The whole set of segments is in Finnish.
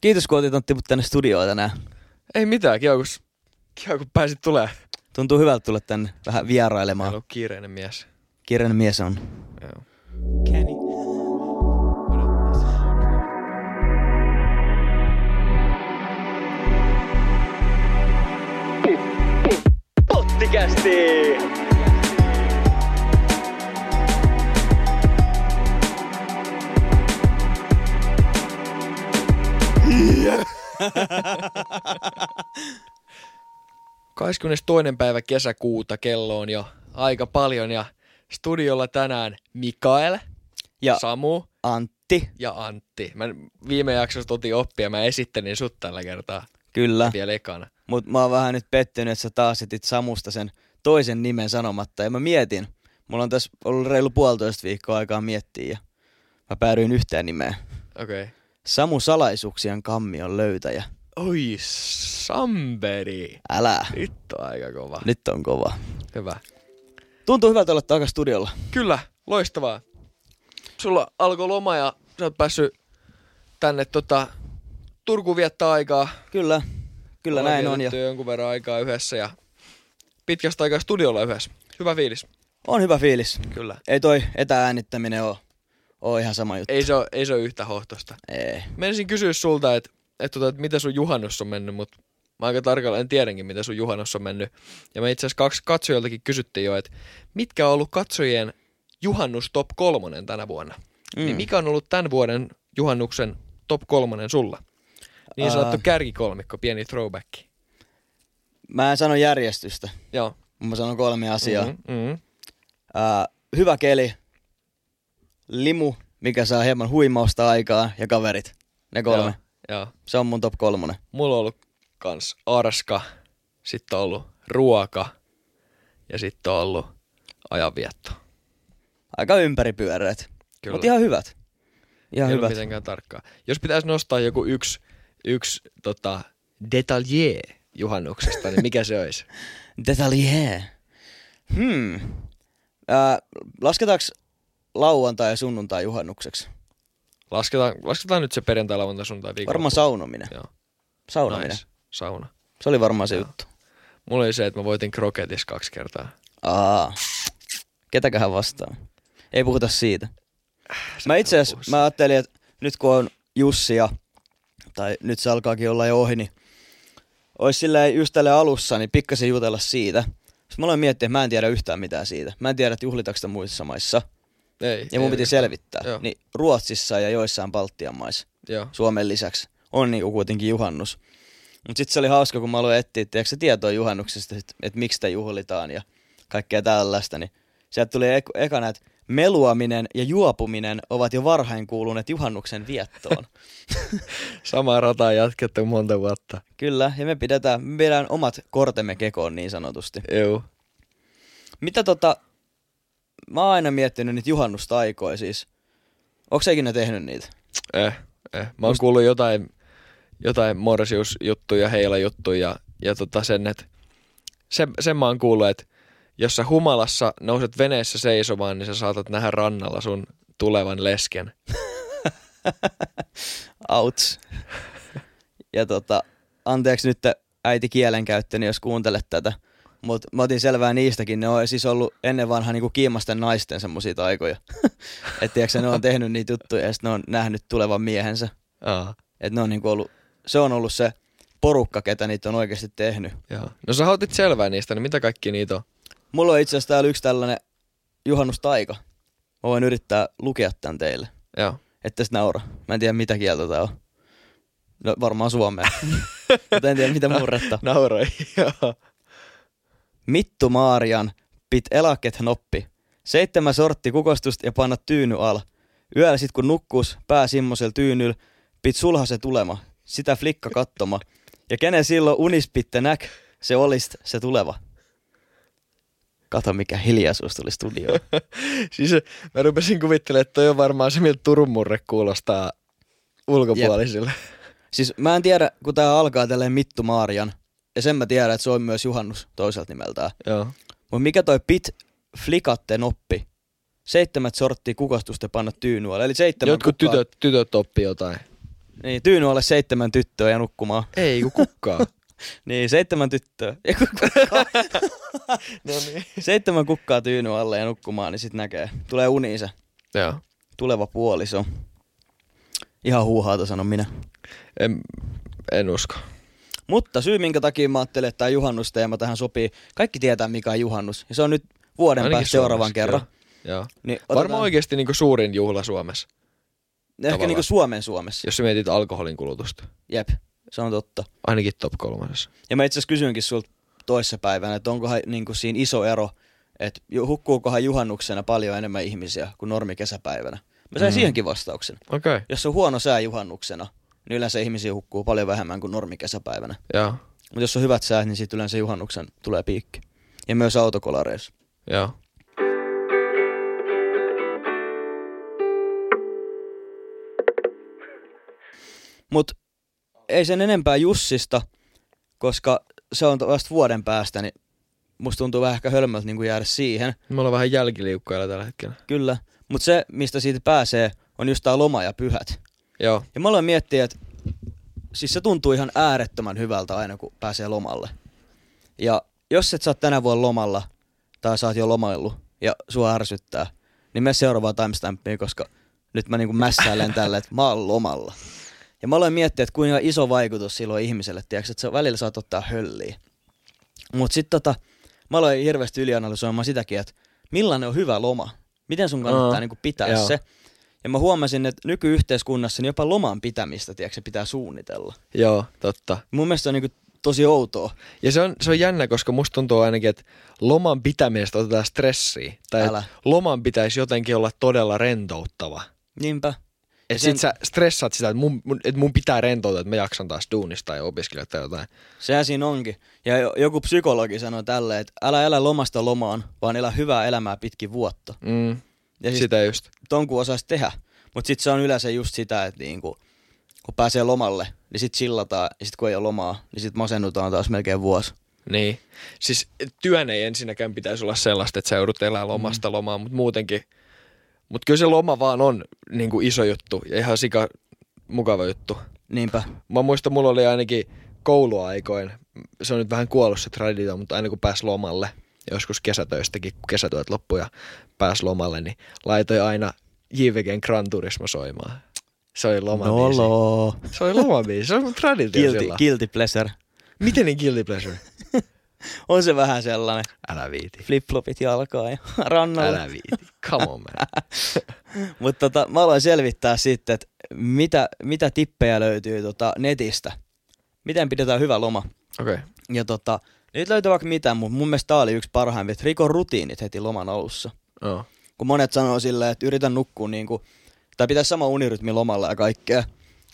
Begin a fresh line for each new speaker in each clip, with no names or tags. Kiitos kun otit Antti mut tänne studioon tänään.
Ei mitään, kiva kun, kiva, kun pääsit tulee.
Tuntuu hyvältä tulla tänne vähän vierailemaan.
Täällä on kiireinen mies.
Kirjainen mies on.
Joo.
Kenny. Pottikästi!
toinen päivä kesäkuuta kello on jo aika paljon ja studiolla tänään Mikael,
Ja
Samu
Antti,
ja Antti. Mä viime jaksossa otin oppia, mä esittelin sut tällä kertaa
kyllä.
vielä ekana.
Mut mä oon vähän nyt pettynyt, että sä taas jätit Samusta sen toisen nimen sanomatta. Ja mä mietin, mulla on tässä ollut reilu puolitoista viikkoa aikaa miettiä ja mä päädyin yhteen nimeen.
Okei. Okay.
Samu Salaisuuksien kammion löytäjä.
Oi, Samberi.
Älä,
Nyt on aika kova.
nyt on kova.
Hyvä.
Tuntuu hyvältä olla takas studiolla.
Kyllä, loistavaa. Sulla alkoi loma ja sä oot päässyt tänne tota, Turkuun viettää aikaa.
Kyllä, kyllä
Ollaan
näin on. Ja
vietetty jonkun verran aikaa yhdessä ja pitkästä aikaa studiolla yhdessä. Hyvä fiilis.
on hyvä fiilis.
Kyllä.
Ei toi etäänittäminen oo, oo ihan sama juttu.
Ei se, ole, ei se ole yhtä hohtosta.
Ei.
Menisin kysyä sulta, että et, tota, et miten sun juhannus on mennyt, mutta mä aika tarkalleen tiedänkin, miten sun juhannus on mennyt. Ja me itse asiassa kaksi katsojaltakin kysyttiin jo, että mitkä on ollut katsojien juhannus top kolmonen tänä vuonna? Mm. Niin mikä on ollut tämän vuoden juhannuksen top kolmonen sulla? Niin sanottu
Ää.
kärkikolmikko, pieni throwback.
Mä en sano järjestystä,
Joo.
mut mä sanon kolme asiaa. Mm-hmm.
Mm, mm.
Ää, hyvä keli, limu, mikä saa hieman huimausta aikaa ja kaverit. Ne kolme. Joo.
Joo. Joo.
Se on mun top kolmonen.
Mulla on ollut kans arska, sitten on ollut ruoka ja sitten on ollut ajanvietto.
Aika ympäripyöreät.
Kyllä.
Mut ihan hyvät. Ihan
Ei ole
hyvät.
mitenkään tarkkaa. Jos pitäisi nostaa joku yksi, yksi tota, detalje juhannuksesta, niin mikä se olisi?
Detalje. Hmm. Äh, lasketaanko lauantai ja sunnuntai juhannukseksi?
Lasketaan, lasketaan nyt se perjantai, lauantai, sunnuntai, viikonloppu.
Varmaan saunuminen.
Joo.
Saunuminen.
Nice. Sauna.
Se oli varmaan se
Joo.
juttu.
Mulla oli se, että mä voitin kroketis kaksi kertaa.
Aa. Ketäköhän vastaan? Ei puhuta siitä.
Sä
Mä
et
itse
puhu
asiassa, mä ajattelin, että nyt kun on Jussia, tai nyt se alkaakin olla jo ohi, niin olisi silleen just tälle alussa, niin pikkasen jutella siitä. Sitten mä aloin miettiä, että mä en tiedä yhtään mitään siitä. Mä en tiedä, että juhlitaanko sitä muissa maissa.
Ei,
Ja mun
ei
piti
oikeastaan.
selvittää.
Joo.
Niin Ruotsissa ja joissain Baltian maissa
Joo.
Suomen lisäksi on niinku kuitenkin juhannus. Mutta sitten se oli hauska, kun mä aloin etsiä tiedätkö, se tietoa juhannuksesta, että et miksi sitä juhlitaan ja kaikkea tällaista. Niin sieltä tuli ek- ekana, että meluaminen ja juopuminen ovat jo varhain kuuluneet juhannuksen viettoon.
Samaa rataa jatkettu monta vuotta.
Kyllä, ja me pidetään, me pidetään omat kortemme kekoon niin sanotusti.
Joo.
Mitä tota, mä oon aina miettinyt niitä juhannustaikoja siis. Onko sä ikinä tehnyt niitä?
Eh, eh. Mä oon kuullut jotain, jotain morsiusjuttuja, heilajuttuja ja, ja tota sen, että sen, sen mä oon kuullut, että jos sä humalassa nouset veneessä seisomaan, niin sä saatat nähdä rannalla sun tulevan lesken.
Outs. Ja tota, anteeksi nyt äiti kielenkäyttöni, jos kuuntelet tätä. Mutta mä otin selvää niistäkin. Ne on siis ollut ennen vanha niinku kiimasten naisten semmoisia taikoja. että tiedätkö, ne on tehnyt niitä juttuja ja sit ne on nähnyt tulevan miehensä.
Aa,
Et ne on niinku ollut, se on ollut se porukka, ketä niitä on oikeasti tehnyt.
joo. No sä otit selvää niistä, niin mitä kaikki niitä on?
Mulla on itse asiassa täällä yksi tällainen juhannustaika. Mä voin yrittää lukea tämän teille.
Joo.
Ette sit naura. Mä en tiedä mitä kieltä tää on. No varmaan suomea. Mutta en tiedä mitä murretta.
Nauroi, joo.
Mittu Maarian, pit elaket noppi. Seitsemän sortti kukostusta ja panna tyyny al. Yöllä sit kun nukkuus, pää simmosel tyynyl, pit sulhase tulema, sitä flikka kattoma. Ja kenen silloin unis pitte näk, se olist se tuleva. Kato mikä hiljaisuus tuli studioon.
Siis mä rupesin kuvittelemaan, että toi on varmaan se, miltä Turun murre kuulostaa ulkopuolisille.
Siis mä en tiedä, kun tää alkaa tälleen Mittu Maarian, ja sen mä tiedän, että se on myös juhannus toiselta nimeltään.
Joo.
Mutta mikä toi pit flikatte noppi? Seitsemät sorttia kukostusta panna tyynualle. Eli seitsemän
Jotkut
kukkaa-
tytöt, tytöt oppi jotain.
Niin, tyyny alle seitsemän tyttöä ja nukkumaan.
Ei, kun kukkaa.
Niin, seitsemän tyttöä. Ja kun kukkaa,
no niin.
seitsemän kukkaa tyyny alle ja nukkumaan, niin sit näkee. Tulee uniinsa.
Joo.
Tuleva puoliso. Ihan huuhaata sanon minä.
En, en usko.
Mutta syy, minkä takia mä ajattelin, että tämä juhannusteema tähän sopii. Kaikki tietää, mikä on juhannus. Ja se on nyt vuoden
Ainakin
päästä seuraavan
Suomessa,
kerran.
Joo. joo.
Niin
Varmaan oikeasti niinku suurin juhla Suomessa,
Ehkä
tavallaan.
niinku Suomen Suomessa.
jos sä mietit alkoholin kulutusta.
Jep, se on totta.
Ainakin top kolmasessa.
Ja mä itse asiassa kysyinkin sulta toissapäivänä, että onkohan niinku siinä iso ero, että ju- hukkuukohan juhannuksena paljon enemmän ihmisiä kuin normi kesäpäivänä. Mä sain
Mm.
siihenkin vastauksen.
Okei. Okay.
Jos on huono sää juhannuksena, niin yleensä ihmisiä hukkuu paljon vähemmän kuin normi kesäpäivänä.
Joo.
Mutta jos on hyvät säät, niin sitten yleensä juhannuksen tulee piikki. Ja myös autokolareissa.
Joo.
Mutta ei sen enempää Jussista, koska se on vasta vuoden päästä, niin musta tuntuu vähän ehkä hölmöltä niin jäädä siihen.
Me ollaan vähän jälkiliukkailla tällä hetkellä.
Kyllä. Mutta se, mistä siitä pääsee, on just tää loma ja pyhät.
Joo.
Ja mä aloin miettiä, että siis se tuntuu ihan äärettömän hyvältä aina, kun pääsee lomalle. Ja jos et sä oot tänä vuonna lomalla, tai sä oot jo lomaillut, ja sua ärsyttää, niin mene seuraavaan timestampiin, koska nyt mä niinku mässäilen tällä, että mä oon lomalla. Ja mä aloin miettiä, että kuinka iso vaikutus sillä on ihmiselle, tiedätkö, että sä välillä saat ottaa hölliä. Mut sit tota, mä aloin hirveästi ylianalysoimaan sitäkin, että millainen on hyvä loma. Miten sun kannattaa
Aa,
niinku pitää
joo.
se. Ja mä huomasin, että nykyyhteiskunnassa niin jopa loman pitämistä, tiedätkö, se pitää suunnitella.
Joo, totta.
Mun mielestä se on niinku tosi outoa.
Ja se on, se on jännä, koska musta tuntuu ainakin, että loman pitämisestä otetaan stressiä. Tai
Älä.
että loman pitäisi jotenkin olla todella rentouttava.
Niinpä.
Että
sen-
sit sä stressaat sitä, että mun, mun, että mun pitää rentoutua, että mä jaksan taas duunista ja opiskella tai jotain.
Sehän siinä onkin. Ja jo- joku psykologi sanoi tälleen, että älä elä lomasta lomaan, vaan elä hyvää elämää pitkin vuotta.
Mm.
Ja siis
Sitä just.
ton kun osaisi tehdä. Mutta sitten se on yleensä just sitä, että niinku, kun pääsee lomalle, niin sit chillataan, ja sit kun ei ole lomaa, niin sit masennutaan taas melkein vuosi.
Niin. Siis työn ei ensinnäkään pitäisi olla sellaista, että sä joudut
Mm.
elämään lomasta lomaan, mutta muutenkin. Mutta kyllä se loma vaan on niin kuin iso juttu ja ihan sika mukava juttu.
Niinpä.
Mä muistan, mulla oli ainakin kouluaikoin, se on nyt vähän kuollut se traditio, mutta aina kun pääsi lomalle, joskus kesätöistäkin, kun kesätyöt loppui ja pääsi lomalle, niin laitoin aina JVGn Gran Turismo soimaan. Se oli lomabiisi.
Nolo.
Se oli lomabiisi, se on mun traditio
Guilty,
silloin.
guilty pleasure.
Miten niin guilty pleasure?
On se vähän sellainen.
Älä viiti.
Flip-flopit jalkaa ja rannalle.
Älä viiti. Come on, man.
Mutta tota, mä aloin selvittää sitten, että mitä, mitä tippejä löytyy tota netistä. Miten pidetään hyvä loma.
Okei. Okay.
Ja tota, nyt löytyy vaikka mitä, mutta mun mielestä tää oli yksi parhaimpia, että riko rutiinit heti loman alussa.
Oh.
Kun monet sanoo silleen, että yritän nukkua niinku, tai pitää sama unirytmi lomalla ja kaikkea.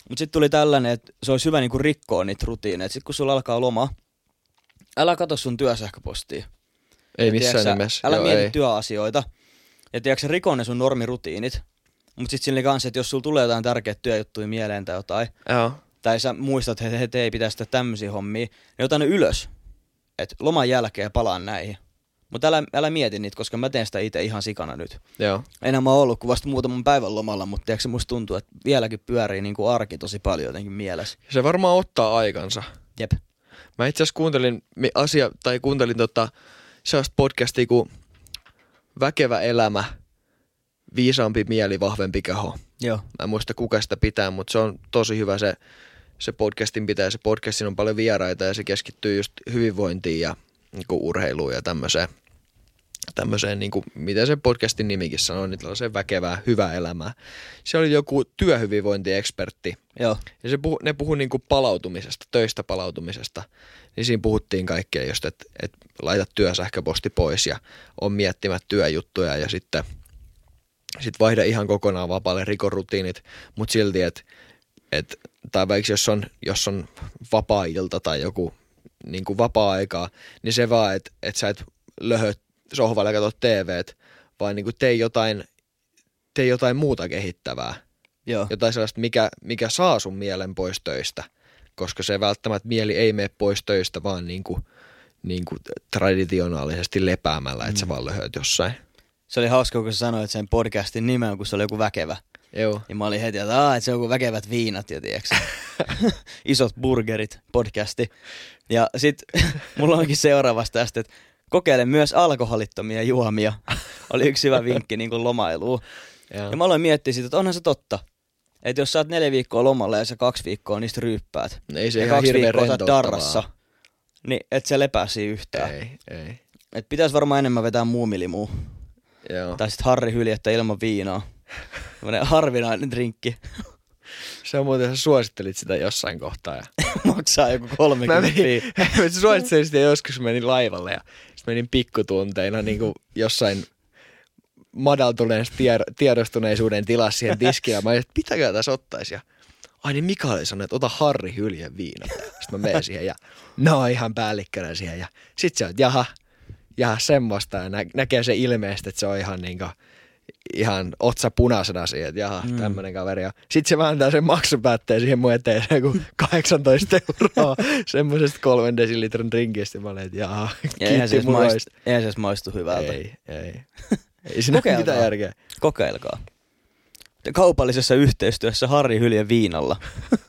Mutta sitten tuli tällainen, että se olisi hyvä niinku rikkoa niitä rutiineita. Sitten kun sulla alkaa loma, älä katso sun työsähköpostia.
Ei
Ja
missään
tiedätkö sä,
nimessä.
Älä
Joo,
mieti
ei.
työasioita. Ja tiedätkö, riko ne sun normirutiinit. Mutta sitten sille kanssa, että jos sulla tulee jotain tärkeitä työjuttuja mieleen tai jotain,
Joo.
tai sä muistat, että he ei pitäisi tehdä tämmöisiä hommia, niin ota ne ylös. Et loman jälkeen palaan näihin. Mutta älä, älä mieti niitä, koska mä teen sitä itse ihan sikana nyt.
Joo.
Enää mä oon ollut kuin vasta muutaman päivän lomalla, mutta tiedätkö, musta tuntuu, että vieläkin pyörii niin kuin arki tosi paljon jotenkin mielessä.
Se varmaan ottaa aikansa.
Jep.
Mä itse asiassa kuuntelin mi- asia, tai kuuntelin tota, sellaista podcastia kuin Väkevä elämä, viisaampi mieli, vahvempi keho.
Joo.
Mä en muista kuka sitä pitää, mutta se on tosi hyvä se, se podcastin pitää. Se podcastin on paljon vieraita ja se keskittyy just hyvinvointiin ja niin kuin urheiluun ja tämmöiseen, tämmöiseen niin kuin, mitä se podcastin nimikin sanoo, niin se väkevää, hyvää elämää. Se oli joku työhyvinvointiekspertti,
Joo.
ja se puhu, ne puhuu niinku palautumisesta, töistä palautumisesta. Niin siinä puhuttiin kaikkea just, että et laita työsähköposti pois ja on miettimät työjuttuja ja sitten sit vaihda ihan kokonaan vapaalle rikorutiinit, mutta silti, että et, tai vaikka jos on, jos on vapaa-ilta tai joku niin kuin vapaa-aikaa, niin se vaan, että et sä et löhö sohvalle ja katso TVt, vaan niin kuin tee jotain, tee jotain muuta kehittävää
Joo.
jotain sellaista, mikä, mikä saa sun mielen pois töistä, koska se välttämättä mieli ei mene pois töistä, vaan niin kuin, niin kuin traditionaalisesti
Mm.
lepäämällä, että sä vaan löhöt jossain.
Se oli hauska, kun sä sanoit sen podcastin nimen, kun se oli joku väkevä.
Joo.
Ja mä olin heti, että, Aa, että se on kuin väkevät viinat ja tiiäks, isot burgerit podcasti. Ja sit mulla onkin seuraavasta tästä, että kokeile myös alkoholittomia juomia. Oli yksi hyvä vinkki niin kuin lomailuun.
Joo.
Ja mä aloin miettiä sitä, että onhan se totta. Että jos sä oot neljä viikkoa lomalla ja sä kaksi viikkoa niistä ryyppäät.
Ei se
ja
ihan
kaksi
hirveän
viikkoa otat
rentouttavaa.
tarrassa. Niin et se lepää siinä yhtään. Ei.
Ei, ei.
Et pitäis varmaan enemmän vetää muumilimuu.
Joo.
Tai sit Harri hyljettä ilman viinaa. Tämmönen harvinainen drinkki.
Sä muuten suosittelit sitä jossain kohtaa. Ja...
Maksaa joku 30.
menin, mä suosittelin sitä joskus, menin laivalle ja sit menin pikkutunteina niin kuin jossain madaltuneen tier- tiedostuneisuuden tilassa siihen tiskiin. Ja mä olin, että pitäkää tässä ottaisi. Ja ai niin Mika oli sanonut, että ota Harri hyljen viina. Sitten mä menen siihen ja no ihan päällikkönä siihen. Ja sit se on, että jaha, jaha semmoista. Ja nä- näkee se ilmeisesti, että se on ihan niinku ihan otsa punaisena siihen, että jaha, mm. tämmönen kaveri. Ja sit se vääntää sen maksupäätteen siihen mun eteen, se joku 18 euroa semmoisesta kolmen desilitran drinkistä. Mä olin, että jaha,
Eihän se siis
kiitti
edes maistu,
muroista.
eihän se edes maistu hyvältä.
Ei, ei. Ei siinä ole mitään
Kokeilkaa.
järkeä.
Kokeilkaa. Kaupallisessa yhteistyössä Harri Hyljen viinalla.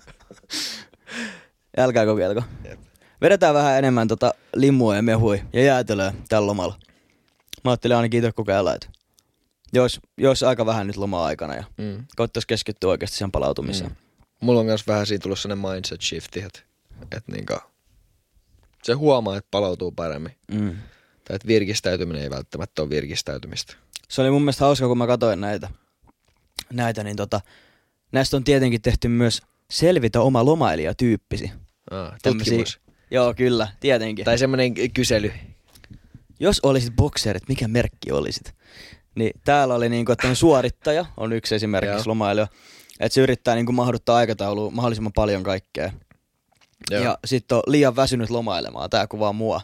Älkää kokeilko.
Jep.
Vedetään vähän enemmän tota limua ja mehui ja jäätelöä tällä lomalla. Mä ajattelin ainakin itse kokeilla, että jos, jos aika vähän nyt loma-aikana ja
Mm.
koittaisi keskittyä oikeasti sen palautumiseen.
Mm. Mulla on myös vähän siinä tullut sellainen mindset shifti, että, että niinku, se huomaa, että palautuu paremmin.
Mm. Mm.
Tai että virkistäytyminen ei välttämättä ole virkistäytymistä.
Se oli mun mielestä hauska, kun mä katsoin näitä. näitä niin tota, näistä on tietenkin tehty myös selvitä oma lomailijatyyppisi.
Aa,
Tämmösiä-
tutkimus.
Joo, kyllä, tietenkin.
Tai semmoinen kysely.
Jos olisit bokserit, mikä merkki olisit? Niin täällä oli niinku, että on suorittaja on yksi
Joo.
esimerkiksi lomailija. Että se yrittää niinku mahduttaa aikatauluun mahdollisimman paljon kaikkea. Joo. Ja sitten on liian väsynyt lomailemaan. Tää kuvaa mua.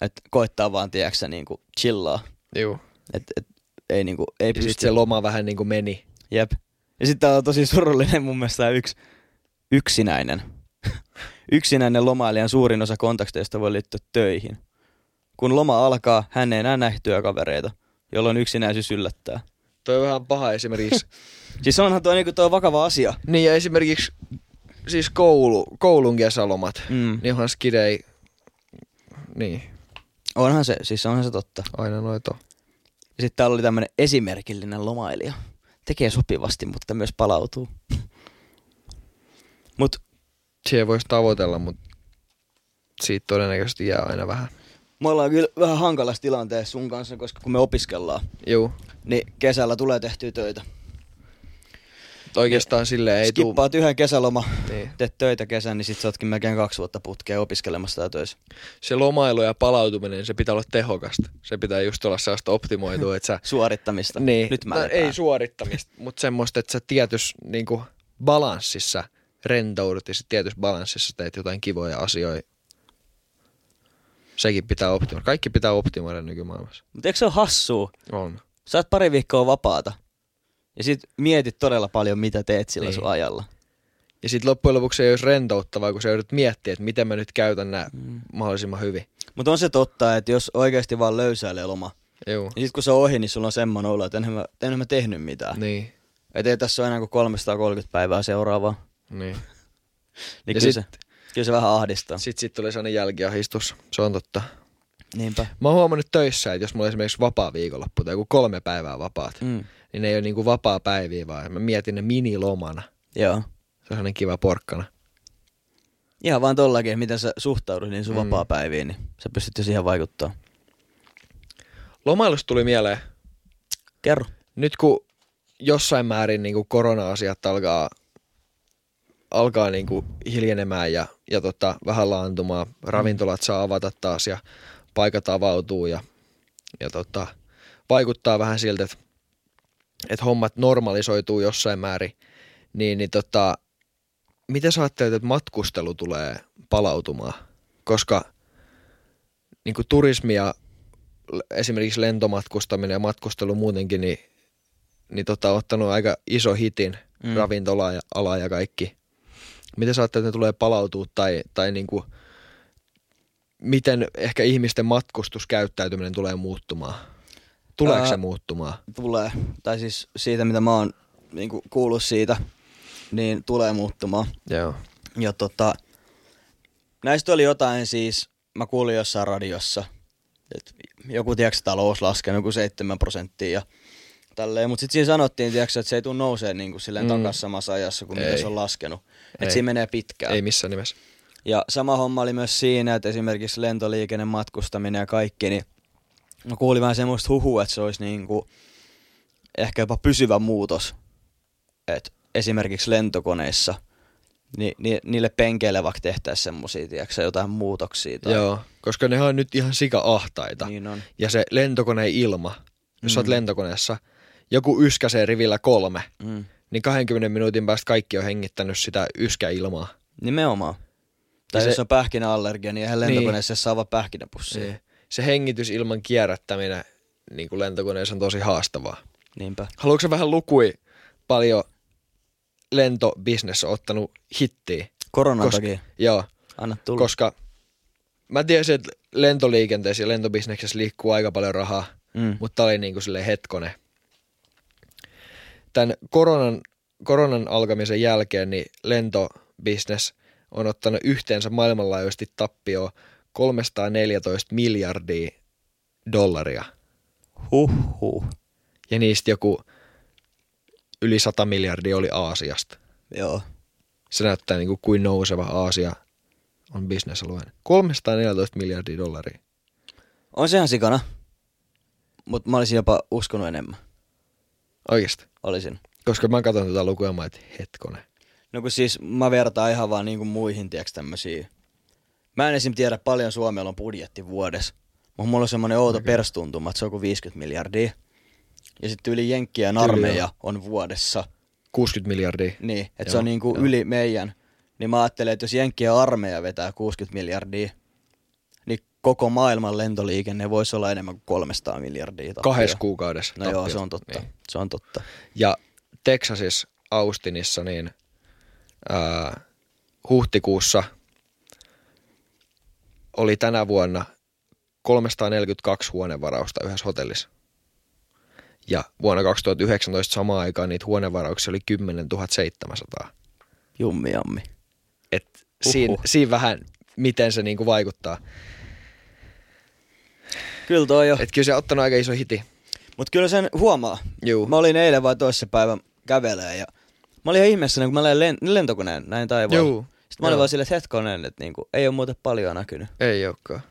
Että koittaa vaan, tiedäksä, niinku chillaa.
Juu.
Et, et, ei niinku, ei
Ja sit
pysty.
se loma vähän niin kuin meni.
Jep. Ja sitten on tosi surullinen mun mielestä tää yksi yksinäinen. yksinäinen lomailijan suurin osa kontakteista voi liittyä töihin. Kun loma alkaa, hän ei enää näe työkavereita, jolloin yksinäisyys yllättää.
Toi on vähän paha esimerkiksi.
Siis onhan tuo niinku toi vakava asia.
niin ja esimerkiksi siis koulu, koulun kesälomat.
Mm.
Niin onhan skidei, niin
Onhan se, siis onhan se totta.
aina noita. on.
Ja sitten täällä oli tämmönen esimerkillinen lomailija. Tekee sopivasti, mutta myös palautuu. Mut
Siihen voisi tavoitella, mutta siitä todennäköisesti jää aina vähän.
me ollaan kyllä vähän hankalassa tilanteessa sun kanssa, koska kun me opiskellaan,
Juu.
niin kesällä tulee tehtyä töitä.
Oikeastaan sille ei
Ei
tuu.
Skippaat yhden kesäloma,
Niin.
teet töitä kesän, niin sit sä ootkin melkein kaksi vuotta putkea opiskelemassa tai töissä.
Se lomailu ja palautuminen, se pitää olla tehokasta. Se pitää just olla sellaista optimoitua, että sä
Suorittamista.
Niin.
Nyt mä
tai
lepään.
ei suorittamista, mutta semmoista, että sä tietyssä niin kuin, balanssissa rentoudut ja sitten tietyssä balanssissa teet jotain kivoja asioita. Sekin pitää optimoida. Kaikki pitää optimoida nykymaailmassa.
Mut eikö se ole hassua?
On.
Saat pari viikkoa vapaata. Ja sit mietit todella paljon, mitä teet sillä
Niin.
niin. sun ajalla.
Ja sitten loppujen lopuksi se ei olisi rentouttavaa, kun sä joudut miettimään, että miten mä nyt käytän nämä mm. mahdollisimman hyvin.
Mutta on se totta, että jos oikeasti vaan löysäilee loma,
Joo.
niin sit kun se on ohi, niin sulla on semmoinen olo, että enhän mä, enhän mä tehnyt mitään. Niin.
Niin.
Et ei tässä ole enää kuin 330 päivää seuraavaa.
niin.
Niin
Ja
kyllä,
sit-
se, kyllä se vähän ahdistaa.
Sitten sit tulee sellainen jälkiahistus. Se on totta.
Niinpä.
Mä oon huomannut töissä, että jos mulla on esimerkiksi vapaa viikonloppu tai joku kolme päivää vapaat,
Mm.
niin ne ei ole niinku vapaa päiviä, vaan mä mietin ne minilomana.
Joo.
Se on sellainen kiva porkkana.
Ihan vaan tollakin, että miten sä suhtaudut niin sun
Mm.
mm. vapaa-päiviin, niin sä pystyt jo siihen vaikuttaa.
Lomailusta tuli mieleen,
Kerro.
nyt kun jossain määrin niin korona-asiat alkaa, alkaa niin hiljenemään ja, ja tota, vähän laantumaan, ravintolat saa avata taas ja paikat avautuu ja, ja tota, vaikuttaa vähän siltä, että, että hommat normalisoituu jossain määrin, niin, niin tota, mitä sä ajattelet, että matkustelu tulee palautumaan? Koska niin kuin turismi ja l- esimerkiksi lentomatkustaminen ja matkustelu muutenkin, niin, niin tota, ottanut aika iso hitin mm.
Mm.
ravintola ja ala ja kaikki. Miten sä ajattelet, että ne tulee palautua tai, tai niin kuin, miten ehkä ihmisten matkustuskäyttäytyminen tulee muuttumaan? Tuleeko
Ää,
se muuttumaan?
Tulee. Tai siis siitä, mitä mä oon niin kuin kuullut siitä, niin tulee muuttumaan.
Joo.
Ja tota, näistä oli jotain siis, mä kuulin jossain radiossa, että joku tiedätkö, talous laskenut joku 7 prosenttia ja tälleen. Mutta sitten siinä sanottiin, tiedätkö, että se ei tule nousee niin kuin silleen
Mm.
mm. takas samassa ajassa kuin mitä
Ei.
se on laskenut.
Ei.
Että siinä menee pitkään.
Ei missään nimessä.
Ja sama homma oli myös siinä, että esimerkiksi lentoliikenne, matkustaminen ja kaikki, niin mä kuulin vähän semmoista huhua, että se olisi niin kuin ehkä jopa pysyvä muutos. Et esimerkiksi lentokoneissa, niin, ni, niille penkeille vaikka tehtäisiin semmoisia, tiedätkö, jotain muutoksia. Tai,
Joo, koska ne on nyt ihan sika ahtaita.
Niin on.
Ja se lentokoneen ilma, jos mm. olet lentokoneessa, joku yskäsee rivillä kolme,
Mm.
niin 20 minuutin päästä kaikki on hengittänyt sitä yskäilmaa.
Nimenomaan. Tai
se-
se, jos on pähkinäallergia, niin eihän lentokoneessa niin. saa vaan pähkinäpussia. Niin.
Se, se hengitysilman kierrättäminen niin kuin lentokoneessa on tosi haastavaa.
Niinpä.
Haluatko sä vähän lukui paljon lentobisnes on ottanut hittiä?
Koronan
Koska-
Koska... takia.
Joo,
Anna tulla. Kos...
koska mä tiesin, että lentoliikenteessä ja lentobisneksessä liikkuu aika paljon rahaa,
Mm.
mutta tää oli niinku silleen hetkone. Tämän koronan, koronan alkamisen jälkeen niin lentobisnes on ottanut yhteensä maailmanlaajuisesti tappioon 314 miljardia dollaria.
Huhhuh.
Ja niistä joku yli 100 miljardia oli Aasiasta.
Joo.
Se näyttää niin kuin, kuin nouseva Aasia on bisnesalueen. 314 miljardia dollaria.
On sehän sikana. Mutta mä olisin jopa uskonut enemmän.
Oikeasti.
Olisin.
Koska mä katson tätä lukua, mä et, hetkone.
No kun siis mä vertaan ihan vaan niinku muihin, tiedäks tämmösiä. Mä en esim. tiedä paljon Suomella on budjetti vuodessa. Mutta mulla on semmonen outo okay. perstuntuma, että se on kuin 50 miljardia. Ja sitten yli jenkkiä
Tyyli
armeija on vuodessa.
60 miljardia.
Niin, että
Joo,
se on niinku
joo.
yli meidän. Niin mä ajattelen, että jos jenkkiä armeija vetää 60 miljardia, niin koko maailman lentoliikenne voisi olla enemmän kuin 300 miljardia. tappioa.
Kahdessa kuukaudessa.
No joo,
tappiot.
se on totta.
Niin.
Se on totta.
Ja Texasissa, Austinissa, niin ää, huhtikuussa oli tänä vuonna 342 huonevarausta yhdessä hotellissa. Ja vuonna 2019 samaan aikaan niitä huonevarauksia oli 10 700.
Jummi jammi.
Et siinä, siinä vähän, miten se niinku vaikuttaa.
Kyllä toi jo.
Et kyllä se on ottanut aika iso hiti.
Mut kyllä sen huomaa.
Juu.
Mä olin eilen vai toisessa päivän kävelee ja mä olin ihan ihmeessä, kun mä lähdin len- lentokoneen näin taivaalla.
Juu.
Sitten mä olin
Joo.
vaan silleen, että hetkonen, että niinku, ei ole muuten paljon näkynyt.
Ei olekaan.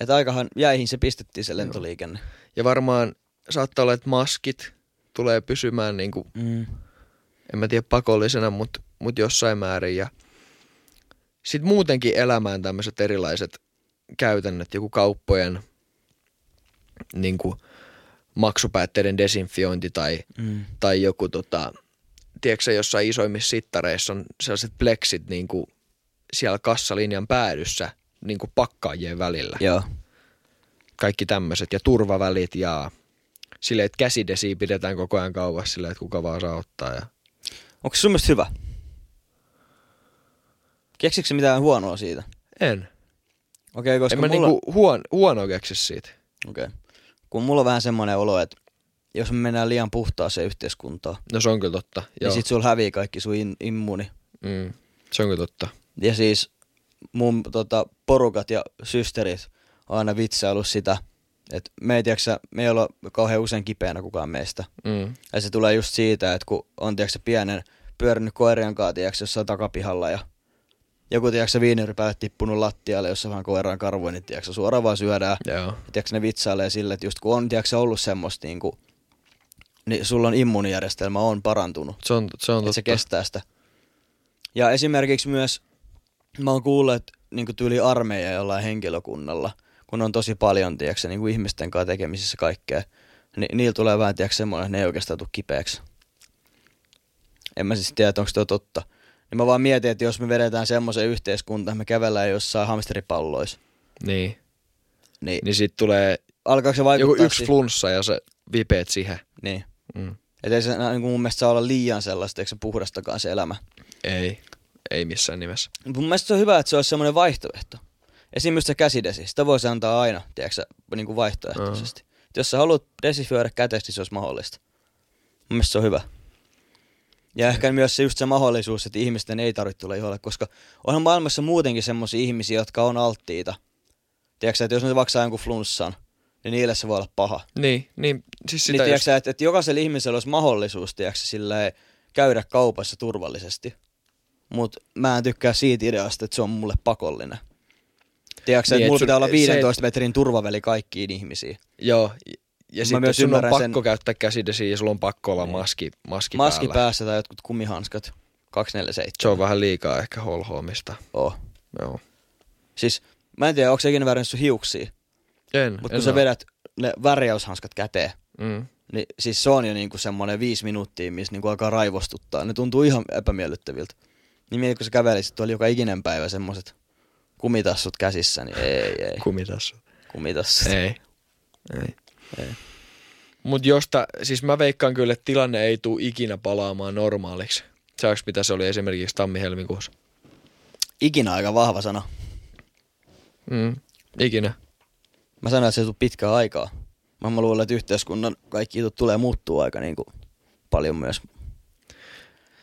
Että aikahan jäihin se pistettiin se lentoliikenne.
Ja varmaan saattaa olla, että maskit tulee pysymään niinku
Mm.
en mä tiedä pakollisena, mutta mut jossain määrin. Ja sitten muutenkin elämään tämmöiset erilaiset käytännöt, joku kauppojen niin kuin, maksupäätteiden desinfiointi tai,
Mm.
tai joku, tota, tiedätkö sä, jossain isoimmissa sittareissa on sellaiset pleksit niin kuin, siellä kassalinjan päädyssä niin kuin pakkaajien välillä.
Joo.
Kaikki tämmöiset ja turvavälit ja silleen, että käsidesiä pidetään koko ajan kauas silleen, että kuka vaan saa ottaa. Ja...
Onko se sun mielestä hyvä? Keksitkö sä mitään huonoa siitä?
En.
Okei, koska
en mä
mulla...
niinku huon, huono keksi siitä.
Okei. Kun mulla on vähän semmoinen olo, että jos me mennään liian puhtaaseen yhteiskuntaan,
No se on kyllä totta. Joo.
niin sit sulla hävii kaikki sun in- immuuni.
mm, se on kyllä totta.
Ja siis mun tota, porukat ja systerit on aina vitsaillut sitä, että me ei, tiiäksä, me ei olla kauhean usein kipeänä kukaan meistä.
Mm.
Ja se tulee just siitä, että kun on tiiäksä, pienen pyörinyt koirien kanssa tiiäksä, jossain takapihalla ja joku tiiäksä, viineripäälle tippunut lattialle, jossa vähän koiran karvoin, niin tiiäksä, suoraan vaan syödään.
Joo.
Ja tiiäksä, ne vitsailee sille, että just kun on tiiäksä, ollut semmoista, niin, kuin, niin sulla on immuunijärjestelmä on parantunut
Se on, se on
että
totta.
se kestää sitä. Ja esimerkiksi myös mä oon kuullut, että niin tyyli armeija jollain henkilökunnalla, kun on tosi paljon tiedätkö, niin ihmisten kanssa tekemisissä kaikkea, niin niillä tulee vähän tiedätkö, semmoinen, että ne ei oikeastaan tule kipeäksi. En mä siis tiedä, että onko tuo totta. Niin mä vaan mietin, että jos me vedetään semmoisen yhteiskuntaan, että me kävellään jossain hamsteripalloissa,
Niin.
niin, niin.
Niin sit tulee
alkaako se
joku
vaikuttaa?
yksi
si-
flunssa ja se vipeet siihen.
Niin.
Mm.
Että ei se niin mun mielestä saa olla liian sellaista, eikö se puhdastakaan se elämä.
Ei. Ei missään nimessä.
Mun mielestä se on hyvä, että se olisi semmoinen vaihtoehto. Esimerkiksi just se käsidesi, sitä voisi antaa aina, tiedätkö, niin kuin vaihtoehtoisesti. Mm. Jos sä haluat desifioida kätesi, niin se olisi mahdollista. Mun mielestä se on hyvä. Ja ehkä myös se just se mahdollisuus, että ihmisten ei tarvitse tulla iholle, koska onhan maailmassa muutenkin semmoisia ihmisiä, jotka on alttiita. Tiedätkö sä, että jos ne vaikka saa jonkun flunssan, niin niille se voi olla paha.
Niin, niin siis
niin
sitä
tiedätkö sä, että, että jokaisella ihmisellä olisi mahdollisuus tiedätkö, sä, silleen, käydä kaupassa turvallisesti. Mutta mä en tykkää siitä ideasta, että se on mulle pakollinen. Tiedätkö, sä,
Niin,
että
et
mulla
sun-
pitää olla
se-
15 metrin turvaväli kaikkiin ihmisiin.
Joo, ja
myös
sitten myös sun on
ymmärrän sen- Niin.
pakko käyttää käsidesiä ja sulla on pakko olla maski, maski,
Maski
päällä.
päässä tai jotkut kumihanskat. 247.
Se on vähän liikaa ehkä holhoamista.
Oo.
Joo.
Oh. Siis mä en tiedä, onko se ikinä värjännyt sun hiuksia,
En,
mutta
en
kun sä
oo.
vedät ne värjäyshanskat käteen,
Mm.
niin siis se on jo niinku semmoinen viisi minuuttia, missä niinku alkaa raivostuttaa. Ne tuntuu ihan epämiellyttäviltä. Niin mieti, kun sä kävelisit tuolla joka ikinen päivä semmoset kumitassut käsissä, niin ei, ei,
Kumitas.
kumitassut.
Ei. Ei.
Ei.
Mut josta, siis mä veikkaan kyllä, että tilanne ei tule ikinä palaamaan normaaliksi. Saaks mitä se oli esimerkiksi tammi-helmikuussa?
Ikinä aika vahva sana.
Mm. Ikinä.
Mä sanoin, että se ei tule pitkää aikaa. Mä, mä luulen, että yhteiskunnan kaikki jutut tulee muuttua aika niinku paljon myös.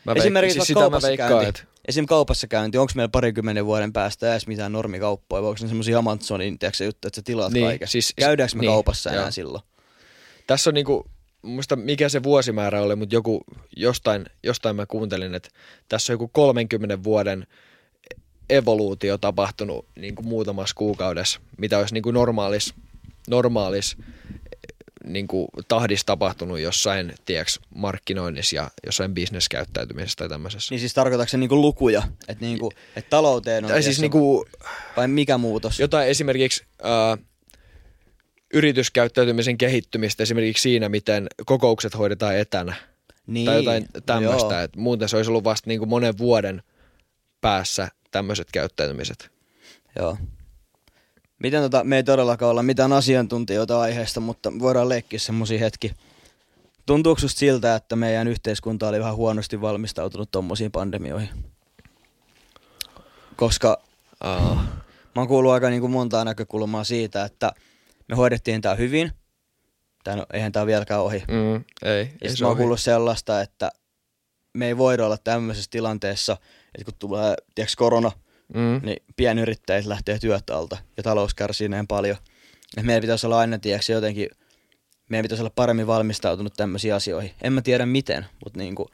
Mä veik-
Esimerkiksi
siis
vaikka
sitä mä
kaupassa
veikkaan,
käynti.
että
Esim. kaupassa käynti, onko meillä parikymmenen vuoden päästä edes mitään normikauppoja, vai onko ne semmoisia Amazonin tiedätkö, juttuja, että sä tilaat
Niin,
kaiken?
siis-
Käydäänkö me
niin,
kaupassa enää
joo.
silloin?
tässä on niinku, muista mikä se vuosimäärä oli, mutta joku jostain, jostain mä kuuntelin, että tässä on joku 30 vuoden evoluutio tapahtunut niinku muutamassa kuukaudessa, mitä olisi niinku normaalis, normaalis niinku tahdissa tapahtunut jossain, tiedäks, markkinoinnissa ja jossain bisneskäyttäytymisessä tai tämmöisessä.
Niin siis tarkoitatko se niinku lukuja, että niinku, et talouteen on...
tai siis
tiedätkö,
niinku,
Vai mikä muutos?
jotain esimerkiksi ää, yrityskäyttäytymisen kehittymistä esimerkiksi siinä, miten kokoukset hoidetaan etänä.
niin.
tai jotain tämmöistä.
Joo.
Et muuten se olisi ollut vasta niin kuin monen vuoden päässä tämmöiset käyttäytymiset.
joo. Miten tota, me ei todellakaan olla mitään asiantuntijoita aiheesta, mutta voidaan leikkiä semmosia hetki. Tuntuuko susta siltä, että meidän yhteiskunta oli vähän huonosti valmistautunut tommosiin pandemioihin? Koska
Uh,
Mä oon kuullut aika niin kuin montaa näkökulmaa siitä, että me hoidettiin tää hyvin. Tää, no, eihän tää vieläkään ohi.
mm,
Ja
ei, ei
sit
se
Siis mä oon
ohi.
kuullut sellaista, että me ei voida olla tämmöisessä tilanteessa, että kun tulee tiiäks, korona,
Mm,
niin pienyrittäjät lähtee työt alta ja talous kärsii näin paljon. Et meidän pitäisi olla aina tiiäks, jotenkin, meidän pitäisi olla paremmin valmistautunut tämmöisiin asioihin. En mä tiedä miten, mutta niinku,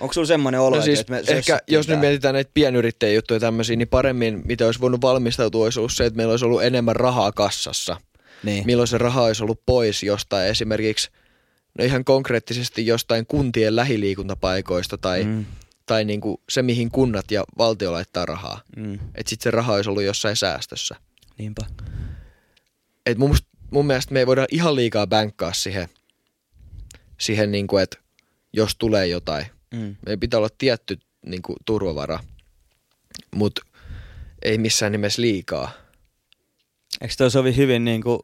onko sulla semmoinen olo,
No siis
että me
ehkä,
sössittiin
jos nyt
tää?
mietitään näitä pienyrittäjien juttuja ja tämmöisiä, niin paremmin, mitä olisi voinut valmistautua, olisi ollut se, että meillä olisi ollut enemmän rahaa kassassa.
niin.
Milloin se raha olisi ollut pois jostain esimerkiksi, no ihan konkreettisesti jostain kuntien lähiliikuntapaikoista tai, mm.
Mm,
tai niin kuin se, mihin kunnat ja valtio laittaa rahaa.
mm,
Että sitten se raha olisi ollut jossain säästössä.
niinpä.
et mun, must- mun mielestä me ei voida ihan liikaa bänkkaa siihen, siihen niin kuin, että jos tulee jotain.
Mm.
Meillä pitää olla tietty niin kuin, turvavara, mutta ei missään nimessä liikaa.
Eikö toi sovi hyvin niin kuin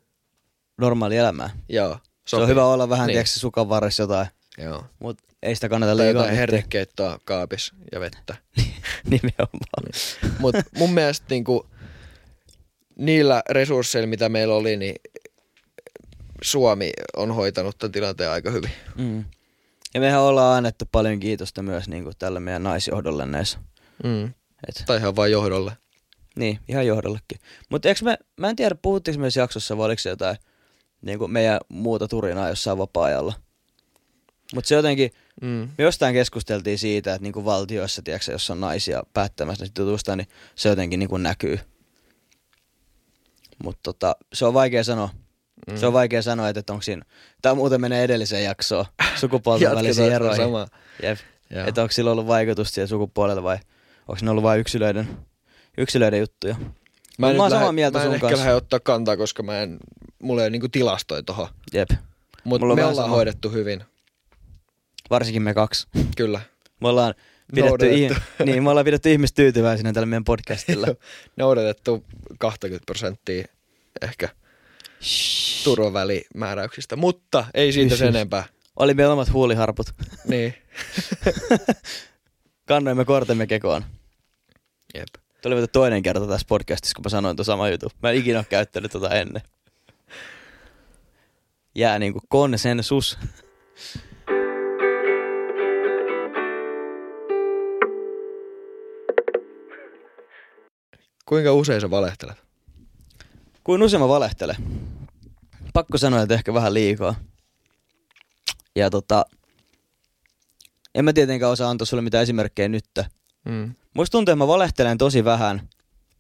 normaali elämään?
Joo,
Se on hyvä olla vähän,
Niin.
niin. tiedätkö, sukan varressa jotain,
Joo.
mutta ei sitä kannata
Tai
liikaa.
jotain hernekeittoa kaapis ja vettä.
Nimenomaan.
Mutta mun mielestä niin kuin, niillä resursseilla, mitä meillä oli, niin Suomi on hoitanut tämän tilanteen aika hyvin.
Mm. Ja mehän ollaan annettu paljon kiitosta myös niin kuin tällä meidän naisjohdolle näissä.
Mm.
Et,
Tai ihan vain johdolle.
niin, ihan johdollekin. Mutta me, mä en tiedä, puhuttiinko me jaksossa vai oliko se jotain niin kuin meidän muuta turinaa jossain vapaa-ajalla. Mutta se jotenkin,
Mm.
me jostain keskusteltiin siitä, että niin kuin valtioissa, tiedätkö, jos on naisia päättämässä niistä jutuista, niin se jotenkin niin kuin näkyy. Mutta tota, se on vaikea sanoa. Mm. Se on vaikea sanoa, että, että onko siinä... Tämä muuten menee edelliseen jaksoon, sukupuolten välisiin
Jatketaan
eroihin.
samaa.
Jep.
Joo.
Että onko sillä ollut vaikutusta siihen sukupuolelle vai onko ne ollut vain yksilöiden, yksilöiden juttuja. Mä,
nyt
mä oon
lähde-
samaa mieltä
mä en
sun
ehkä
kanssa.
lähde ottaa kantaa, koska mä en, mulla ei ole niinku tilastoja tohon.
Jep.
Mutta
Mulla on
me
vähän
ollaan
sama.
hoidettu hyvin,
Varsinkin me kaksi.
kyllä.
Me ollaan pidetty,
Noudatettu.
ih- niin, me ollaan pidetty ihmiset tyytyväisinä tällä meidän podcastilla.
Noudatettu 20 prosenttia ehkä turvavälimääräyksistä, mutta ei siitä sen
Siis.
enempää.
Oli meillä omat huuliharput.
Niin.
Kannoimme kortemme kekoon.
Jep.
Tuli vielä toinen kerta tässä podcastissa, kun mä sanoin tuon sama jutun. Mä en ikinä ole käyttänyt tota ennen. niin Jää niinku konsensus.
Kuinka usein sä valehtelet?
Kuin usein mä valehtelen. Pakko sanoa, että ehkä vähän liikaa. Ja tota, en mä tietenkään osaa antaa sulle mitään esimerkkejä nyt.
Mm.
Musta tuntuu, että mä valehtelen tosi vähän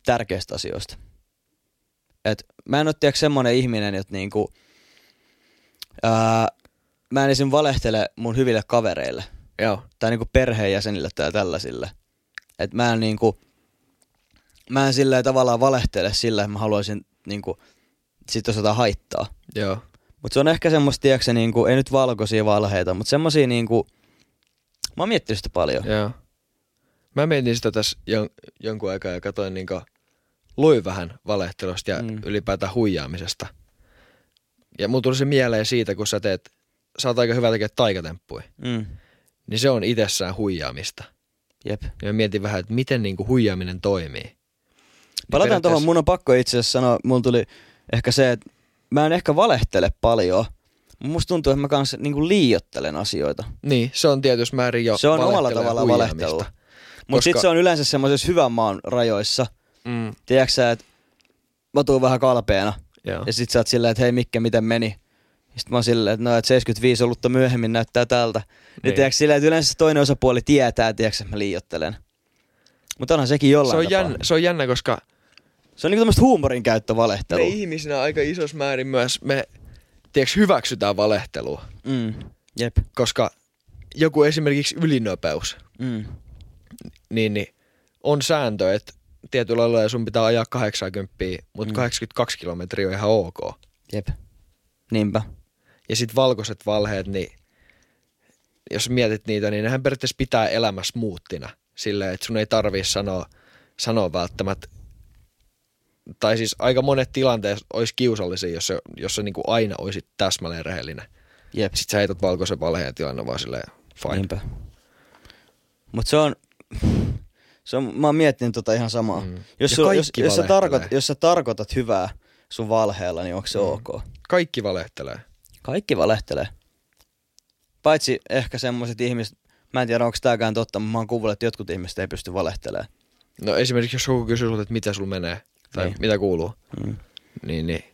tärkeistä asioista. Et mä en ole tiedä semmonen ihminen, että niinku, ää, mä en esim. valehtele mun hyville kavereille
Joo.
tai niinku perheenjäsenille tai tällaisille. Et mä en niinku, mä en silleen tavallaan valehtele sillä, että mä haluaisin niinku sit osata haittaa.
Joo.
Mutta se on ehkä semmoista, tiedätkö, niinku, ei nyt valkoisia valheita, mutta semmosia niinku, mä oon miettinyt sitä paljon.
Joo. Mä mietin sitä tässä jon, jonkun aikaa ja katsoin niin luin vähän valehtelusta ja
Mm.
mm. ylipäätään huijaamisesta. Ja mulla tuli se mieleen siitä, kun sä teet, sä oot aika hyvä tekemään taikatemppuja,
Mm.
niin se on itsessään huijaamista.
Jep.
Ja mä mietin vähän, että miten niin kuin huijaaminen toimii. Niin
Palataan tuohon,
periaatteessa-
mun on pakko itse asiassa sanoa, mulla tuli ehkä se, että mä en ehkä valehtele paljon. Mut Musta tuntuu, että mä kanssa niinku liiottelen asioita.
Niin, se on tietysti määrin jo
se on omalla
valehtelua ja
tavallaan
huijaamista.
valehtelua. Mutta sit
Koska-
se on yleensä semmoisessa hyvän maan rajoissa.
Mm,
Tiedätkö sä, että mä tuun vähän kalpeena.
joo.
Ja sit sä oot silleen, että hei Mikke, miten meni? Sitten mä oon silleen, että no, et 75 olutta myöhemmin näyttää tältä. Niin,
Niin.
niin. tiedätkö silleen, että yleensä toinen osapuoli tietää, tiedätkö, että mä liiottelen. Mutta onhan sekin jollain
se, on
tapaa. niin.
jännä, se on jännä, koska
Se on niinku tämmöistä huumorin käyttövalehtelu.
me ihmisinä aika isossa määrin myös me tiiäks, hyväksytään valehtelua,
Mm. Jep.
koska joku esimerkiksi ylinopeus,
Mm.
niin, niin on sääntö, että tietyllä alueella sun pitää ajaa 80, mutta
Mm.
mm. 82 kilometriä on ihan ok.
Jep. Niinpä.
Ja sitten valkoiset valheet, niin jos mietit niitä, niin nehän periaatteessa pitää elämässä muuttina. Silleen, että sun ei tarvii sanoa, sanoa välttämättä. Tai siis aika monet tilanteet olisi kiusallisia, jos, se, jos sä niin kuin aina olisit täsmälleen rehellinen.
Jep.
Sitten sä heität valkoisen valheen ja tilanne vaan silleen, fine.
Niinpä. Mut se on... Se on, mä oon miettinyt tota ihan samaa. Mm.
Mm.
Jos,
Ja
sulla, jos,
kaikki
jos, sä
valehtelee.
tarkoit, jos sä tarkoitat hyvää sun valheella, niin onko se mm. ok?
Kaikki valehtelee.
Kaikki valehtelee. Paitsi ehkä semmoiset ihmiset, mä en tiedä onko tääkään totta, mutta mä oon kuullut, että jotkut ihmiset ei pysty valehtelemaan.
No esimerkiksi jos joku kysyy sulta, että mitä sulla menee tai
Niin.
niin. mitä kuuluu,
Mm.
niin, niin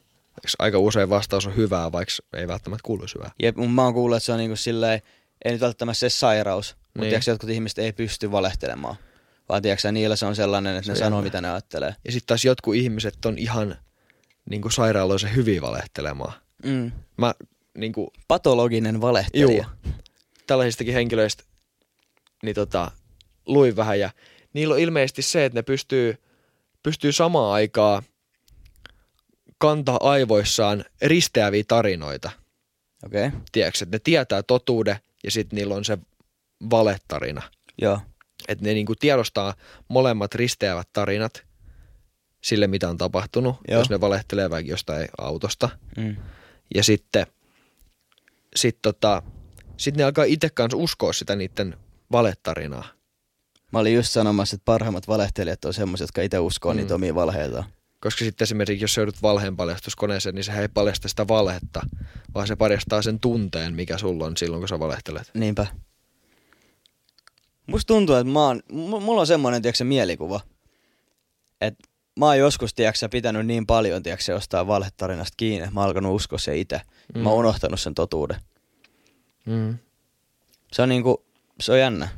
aika usein vastaus on hyvää, vaikka ei välttämättä kuuluisi hyvää.
Jep, mut mä oon kuullut, että se on niinku silleen, ei nyt välttämättä se sairaus, mutta
Niin.
tiiäks, jotkut ihmiset ei pysty valehtelemaan. Vaan tiiäksä, niillä se on sellainen, että ne
Se on
sanoo,
jännä.
mitä ne ajattelee.
Ja sitten taas jotkut ihmiset on ihan niin kuin sairaaloisen hyvin valehtelemaan.
Mm.
Mä niin kuin,
Patologinen valehtelija.
tällaisistakin henkilöistä niin tota, luin vähän ja niillä on ilmeisesti se, että ne pystyy, pystyy samaan aikaa kantaa aivoissaan risteäviä tarinoita.
Okei, okay.
Tiedätkö, että ne tietää totuuden ja sitten niillä on se valetarina.
joo.
Että ne niinku tiedostaa molemmat risteävät tarinat sille, mitä on tapahtunut,
Joo.
Joo. jos ne valehtelee vaikka jostain autosta.
Mm.
Ja sitten sit tota, sit ne alkaa itse kanssa uskoa sitä niiden valetarinaa.
Mä olin just sanomassa, että parhaimmat valehtelijat on semmoiset, jotka itse uskoo mm.
Mm.
niitä omia valheitaan.
Koska sitten esimerkiksi, jos sä joudut valheen paljastuskoneeseen, niin sehän ei paljasta sitä valhetta, vaan se paljastaa sen tunteen, mikä sulla on silloin, kun sä valehtelet.
Niinpä. Musta tuntuu, että mä oon, mu- mulla on semmoinen, tiedätkö, mielikuva, että mä oon joskus, tiedätkö, pitänyt niin paljon, tiedätkö, jostain valhetarinasta kiinni, että mä oon alkanut uskoa se itse. Mm. Mä oon unohtanut sen totuuden.
Mm.
Se on niinku, se on jännä.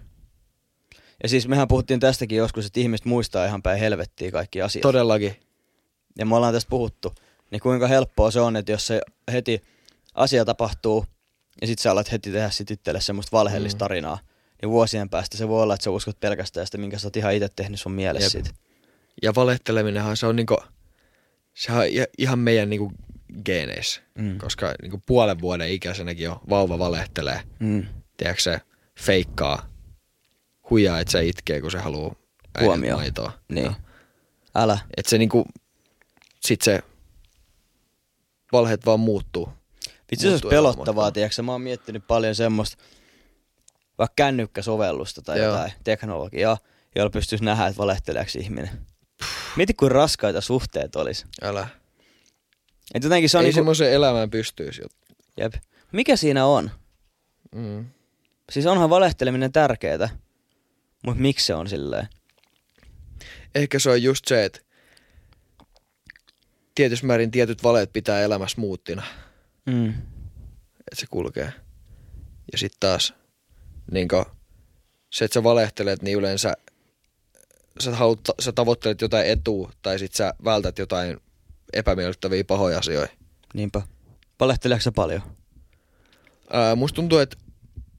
Ja siis mehän puhuttiin tästäkin joskus, että ihmiset muistaa ihan päin helvettiä kaikki asiat.
Todellakin.
ja me ollaan tästä puhuttu, niin kuinka helppoa se on, että jos se heti asia tapahtuu ja sit sä alat heti tehdä sit itselle semmoista valheellista
Mm.
tarinaa, niin vuosien päästä se voi olla, että sä uskot pelkästään sitä, minkä sä oot ihan itse tehnyt sun mielessä
Jep.
siitä.
Ja valehteleminenhan se on, niinku, sehän on i- ihan meidän niinku geeneissä.
Mm.
koska niin kuin puolen vuoden ikäisenäkin jo vauva valehtelee.
Mm.
Tiedätkö se feikkaa, huijaa, että se itkee, kun se haluaa äidin
Huomio.
maitoa.
Niin.
Joo.
Älä.
Et se niinku, sit se valheet vaan muuttuu.
Vitsi se olisi
Muuttuu elämän
pelottavaa,
matkalla.
tiedätkö, mä oon miettinyt paljon semmoista vaikka kännykkäsovellusta tai Joo.
Joo.
jotain teknologiaa, jolla pystyisi nähdä, että valehteleeksi ihminen. Mieti, kuin raskaita suhteet olisi.
Älä.
Et jotenkin se
Se
on
Ei
niinku...
niinku... semmoisen elämään pystyisi. jot-
Jep. Mikä siinä on?
Mm.
Siis onhan valehteleminen tärkeetä, mutta miksi se on silleen?
Ehkä se on just se, että tietyssä määrin tietyt valeet pitää elämässä muuttina,
Mm.
että se kulkee. Ja sitten taas niin se, että sä valehtelet, niin yleensä sä, haluat, sä tavoittelet jotain etua tai sit sä vältät jotain epämiellyttäviä pahoja asioita.
Niinpä. Valehteleeko sä paljon?
Ää, musta tuntuu, että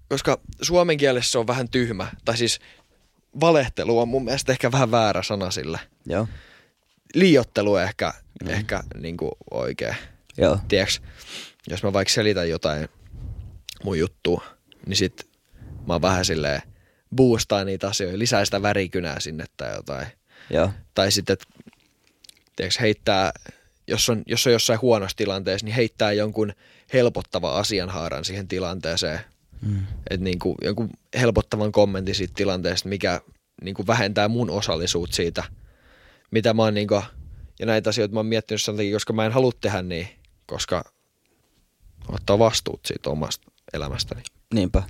koska suomen kielessä se on vähän tyhmä, tai siis valehtelu on mun mielestä ehkä vähän väärä sana sillä.
Joo.
Liiottelu ehkä, mm. ehkä niin kuin oikein.
Joo.
Tiedäks, jos mä vaikka selitän jotain mun juttua, niin sit mä oon vähän silleen boostaa niitä asioita, lisää sitä värikynää sinne tai jotain.
Joo.
Tai sitten, että tiedätkö, heittää, jos on, jos on jossain huonossa tilanteessa, niin heittää jonkun helpottava asianhaaran siihen tilanteeseen.
Mm.
Että niin kuin, jonkun helpottavan kommentin siitä tilanteesta, mikä niin kuin vähentää mun osallisuutta siitä, mitä mä oon niin kuin, ja näitä asioita mä oon miettinyt sen takia, koska mä en halua tehdä niin, koska ottaa vastuut siitä omasta elämästäni.
Niinpä.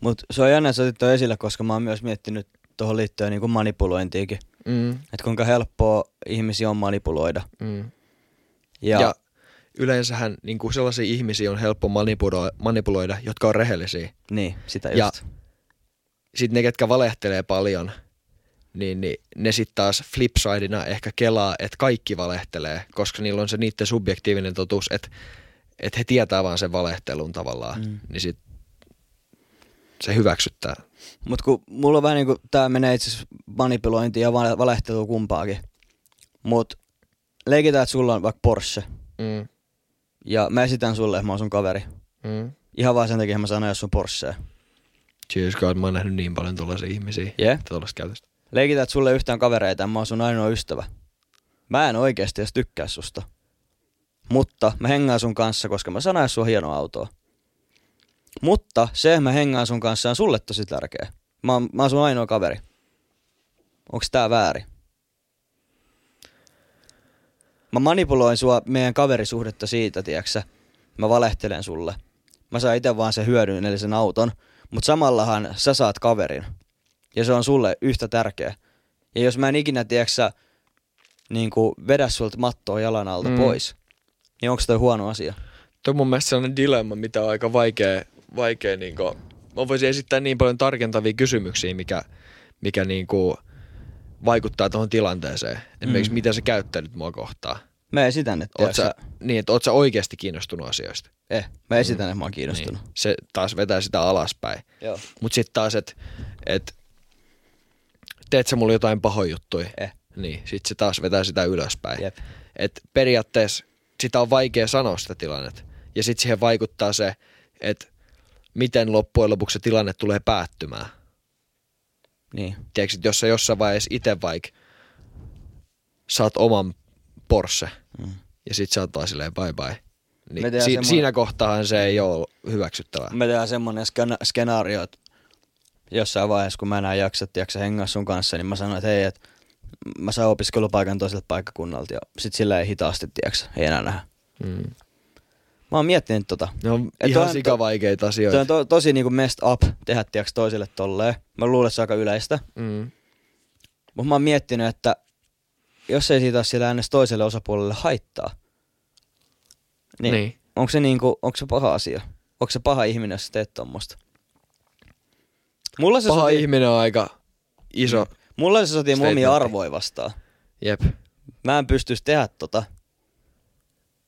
Mutta se on jännä, että sä otit toi esille, koska mä oon myös miettinyt tuohon liittyen niin kuin manipulointiinkin.
Mm,
Että kuinka helppoa ihmisiä on manipuloida.
mm.
Ja,
Ja,
ja.
ja yleensähän niin kuin sellaisia ihmisiä on helppo manipuloida, manipuloida, jotka on rehellisiä.
niin, sitä
Ja-
just.
sitten ne, ketkä valehtelee paljon, niin, niin ne sitten taas flipsidina ehkä kelaa, että kaikki valehtelee, koska niillä on se niiden subjektiivinen totuus, että, että he tietää vaan sen valehtelun tavallaan,
Mm.
mm. niin sit se hyväksyttää.
Mutta kun mulla on vähän niin kuin, tää menee itse asiassa manipulointiin ja vale- valehteluun kumpaakin. Mut leikitään, että sulla on vaikka Porsche.
Mm.
Ja mä esitän sulle, että mä oon sun kaveri.
Mm.
Ihan vaan sen takia, että mä sanon, jos sun Porsche.
Cheers God, mä oon nähnyt niin paljon tuollaisia ihmisiä,
Yeah.
tuollaista käytöstä.
Leikitään, että sulle ei yhtään kavereita, ja mä oon sun ainoa ystävä. Mä en oikeasti edes tykkää susta. Mutta mä hengaan sun kanssa, koska mä sanoin, että sun on hieno autoa. Mutta se, että mä hengaan sun kanssa, on sulle tosi tärkeä. Mä oon, mä oon sun ainoa kaveri. Onks tää väärin? Mä manipuloin sua meidän kaverisuhdetta siitä, tiedäksä. Mä valehtelen sulle. Mä saan itse vaan sen hyödyn, eli sen auton. Mutta samallahan sä saat kaverin. Ja se on sulle yhtä tärkeä. Ja jos mä en ikinä, tiedäksä, niin kuin vedä sulta mattoa jalan alta mm.
Mm.
pois, niin onko toi huono asia?
Tuo on mun mielestä sellainen dilemma, mitä on aika vaikea, vaikea niin kuin, mä voisin esittää niin paljon tarkentavia kysymyksiä, mikä, mikä niin kuin vaikuttaa tuohon tilanteeseen. Esimerkiksi mm. mitä sä käyttänyt mua kohtaan.
Mä esitän, että
Oot
tiedäksä,
sä, niin, että oot sä oikeasti kiinnostunut asioista.
eh, mä esitän, että mä oon kiinnostunut.
Niin. Se taas vetää sitä alaspäin.
Joo.
Mutta sitten taas, että et, teet sä mulle jotain pahoja juttuja,
Eh.
niin sit se taas vetää sitä ylöspäin.
Jep.
Et periaatteessa sitä on vaikea sanoa sitä tilannetta. Ja sitten siihen vaikuttaa se, että miten loppujen lopuksi se tilanne tulee päättymään.
Niin.
Tiedätkö, että jos sä jossain vaiheessa itse vaikka saat oman Porsche
Mm.
ja sit sä oot vaan silleen bye bye.
Me
Niin si-
tehdään semmoinen-
Siinä kohtaahan se ei ole hyväksyttävää.
Me tehdään semmonen skena- skenaario, että jossain vaiheessa, kun mä enää jaksa, tiedäksä, hengaa sun kanssa, niin mä sanoin, että hei, että mä saan opiskelupaikan toiselta paikkakunnalta ja sit sillä ei hitaasti, tiedäksä, ei enää nähdä.
Mm.
Mä oon miettinyt tota.
Ne on
Et
ihan
onhan to-
sikavaikeita
Se
asioita.
on to- tosi niinku messed up tehdä, tiedäksä, toiselle tolleen. Mä luulen, että se on aika yleistä.
Mm.
Mutta mä oon miettinyt, että jos ei siitä ole sillä äänestä toiselle osapuolelle haittaa, niin, niin.
Niin.
onko se, niinku, onko se paha asia? Onko se paha ihminen, jos sä teet tuommoista? Mulla se Mm.
Paha
sotii,
ihminen on aika iso.
mulla se sotii mun omia
statementti.
arvoja vastaan.
Jep.
Mä en pystyisi tehdä tota.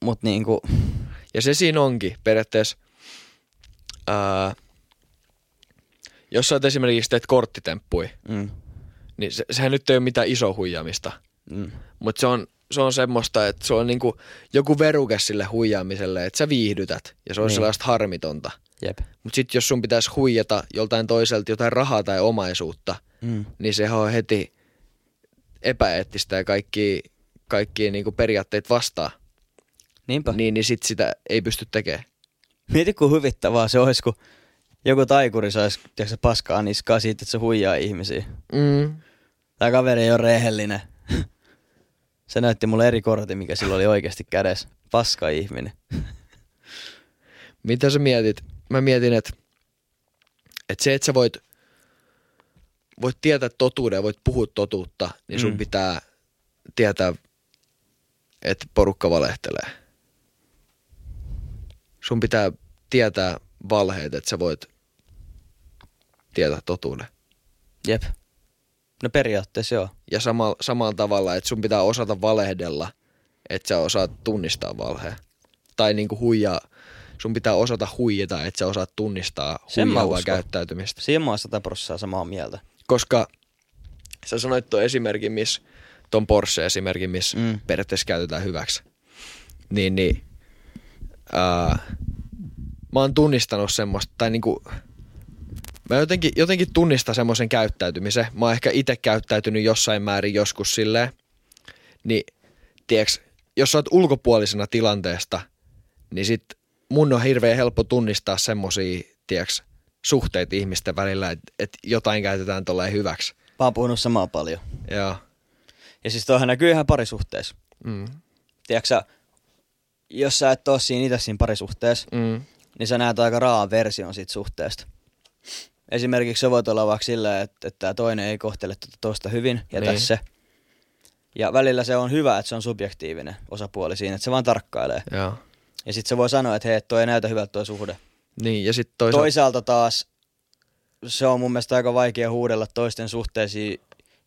Mut niinku,
Ja se siinä onkin periaatteessa. Ää, jos sä oot esimerkiksi teet korttitemppui,
mm,
niin se, sehän nyt ei ole mitään iso huijaamista.
mm,
Mutta se on, se on semmoista, että se on niinku joku veruke sille huijaamiselle, että sä viihdytät ja se on
Niin.
niin. sellaista harmitonta.
jep.
Mutta sitten jos sun pitäisi huijata joltain toiselta jotain rahaa tai omaisuutta,
Mm,
niin sehän on heti epäeettistä ja kaikki, kaikki niinku periaatteet vastaa.
niinpä.
Niin, niin sit sitä ei pysty tekemään.
Mieti kun huvittavaa se olisi, kun joku taikuri saisi tiedätkö, paskaa niskaa siitä, että se huijaa ihmisiä.
Mm.
Tämä kaveri ei ole rehellinen. Se näytti mulle eri kortin, mikä sillä oli oikeasti kädessä. Paska ihminen.
Mitä sä mietit? Mä mietin, että et se, että sä voit, voit tietää totuuden ja voit puhua totuutta, niin sun
Mm.
mm. pitää tietää että porukka valehtelee. Sun pitää tietää valheet, että sä voit tietää totuuden.
Jep. No periaatteessa joo.
Ja sama, samalla tavalla, että sun pitää osata valehdella, että sä osaat tunnistaa valheen. Tai niinku huijaa, sun pitää osata huijata, että sä osaat tunnistaa
Sen mä
huijaavaa
uskon.
käyttäytymistä.
Siinä mä oon 100 prosenttia samaa mieltä.
Koska sä sanoit tuon esimerkin, missä ton Porsche-esimerkin, missä
Mm.
mm. periaatteessa käytetään hyväksi. Niin, niin. Ää, mä oon tunnistanut semmoista, tai niinku, mä jotenkin, jotenkin tunnistan semmoisen käyttäytymisen. Mä oon ehkä itse käyttäytynyt jossain määrin joskus silleen. Niin, tiiäks, jos sä oot ulkopuolisena tilanteesta, niin sit mun on hirveän helppo tunnistaa semmosia, tiiäks, suhteet ihmisten välillä, että et jotain käytetään tolleen hyväksi.
Mä oon puhunut samaa paljon.
Joo.
Ja siis toihan näkyy ihan parisuhteessa.
Mm.
Tiedätkö sä, jos sä et oo siinä itse siinä parisuhteessa,
Mm.
niin sä näet aika raan version siitä suhteesta. Esimerkiksi sä voit olla vaikka sillä, että, että tämä toinen ei kohtele tuota toista hyvin, ja
Niin.
niin. tässä. Ja välillä se on hyvä, että se on subjektiivinen osapuoli siinä, että se vaan tarkkailee.
Joo.
Ja sitten se voi sanoa, että hei, että toi ei näytä hyvältä tuo suhde.
Niin, ja sitten
Toisaalta,
toisaalta...
Toisaalta
Tois...
taas se on mun mielestä aika vaikea huudella toisten suhteisiin,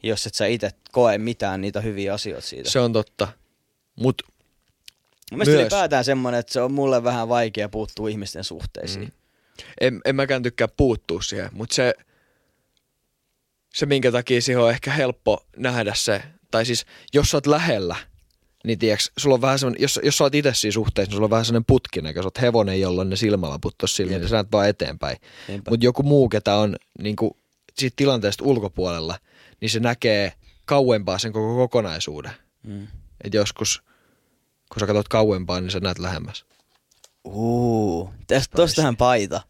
jos et sä itse koe mitään niitä hyviä asioita siitä.
Se on totta. Mut,
Mun mielestä
Myös.
ylipäätään semmoinen, että se on mulle vähän vaikea puuttua ihmisten suhteisiin.
Mm. en, en mäkään tykkää puuttua siihen, mutta se, se minkä takia siihen on ehkä helppo nähdä se, tai siis jos sä oot lähellä, niin tiiäks, sulla on vähän semmonen, jos, jos sä oot itse siinä suhteessa, niin sulla on vähän semmonen putkinäkö, sä oot hevonen, jolloin ne silmälaput tossa silmiin, niin sä näet vaan eteenpäin.
Niinpä.
Mutta joku muu, ketä on niin kuin, siitä tilanteesta ulkopuolella, niin se näkee kauempaa sen koko kokonaisuuden.
Mm.
Et joskus, kun sä katsot kauempaa, niin sä näet lähemmäs.
Uu, tästä tostahan paita.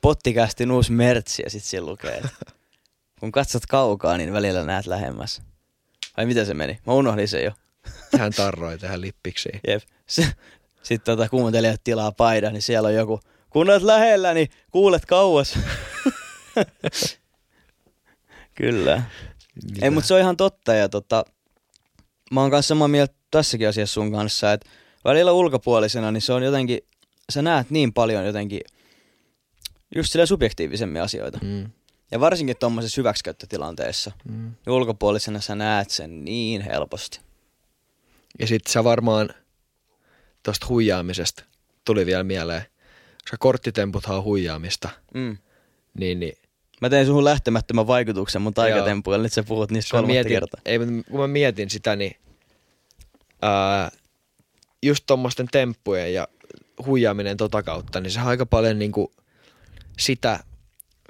Pottikästin uusi mertsi ja sit siellä lukee, että kun katsot kaukaa, niin välillä näet lähemmäs. Vai miten se meni? Mä unohdin sen jo.
Tähän tarroi, tähän lippiksiin.
Jep. Se- Sitten tota, kuuntelijat tilaa paidan, niin siellä on joku, kun olet lähellä, niin kuulet kauas. Kyllä. Ei, mutta se on ihan totta ja tota, mä oon kanssa samaa mieltä tässäkin asiassa sun kanssa, että välillä ulkopuolisena, niin se on jotenkin, sä näet niin paljon jotenkin just sillä subjektiivisemmin asioita. Mm.
Mm,
Ja varsinkin tuommoisessa hyväksikäyttötilanteessa,
mm.
niin ulkopuolisena sä näet sen niin helposti.
Ja sit sä varmaan tosta huijaamisesta tuli vielä mieleen. Sä korttitemputhan on huijaamista,
Mm.
niin, niin
Mä tein suhun lähtemättömän vaikutuksen mun taikatempuilla, nyt sä puhut niistä
Kun mä
kolmatta
mietin,
kertaa.
Ei, mut kun mä mietin sitä, niin ää, just tuommoisten temppujen ja huijaaminen tota kautta, niin se on aika paljon niinku sitä,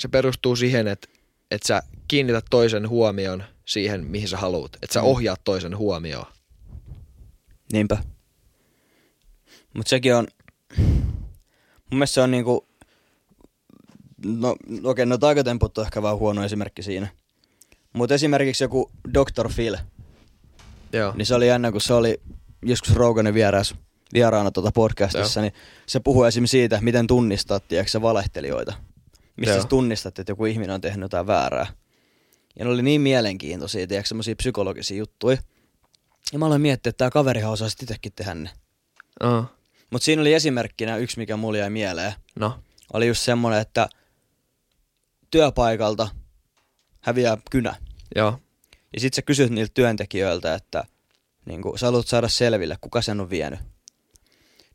se perustuu siihen, että et sä kiinnität toisen huomion siihen, mihin sä haluat. Että
Mm.
sä ohjaat toisen huomioon.
Niinpä. Mut sekin on, mun mielestä se on niinku, no okei, okay, no taikatemput on ehkä vähän huono esimerkki siinä. Mut esimerkiksi joku Dr. Phil,
Joo.
niin se oli jännä, kun se oli joskus Roganin vieras, vieraana tuota podcastissa, niin se puhui esim. siitä, miten tunnistaa, tiedätkö sä, valehtelijoita. Mistä
Joo.
sä tunnistat, että joku ihminen on tehnyt jotain väärää. Ja ne oli niin mielenkiintoisia, tiedätkö, semmoisia psykologisia juttuja. Ja mä aloin miettiä, että tämä kaverihan osaisi itsekin tehdä ne.
Aa,
Mutta siinä oli esimerkkinä yksi, mikä mulla jäi mieleen.
no.
Oli just semmoinen, että työpaikalta häviää kynä.
Joo.
Ja Niin sit sä kysyt niiltä työntekijöiltä, että niin kun, sä haluat saada selville, kuka sen on vienyt.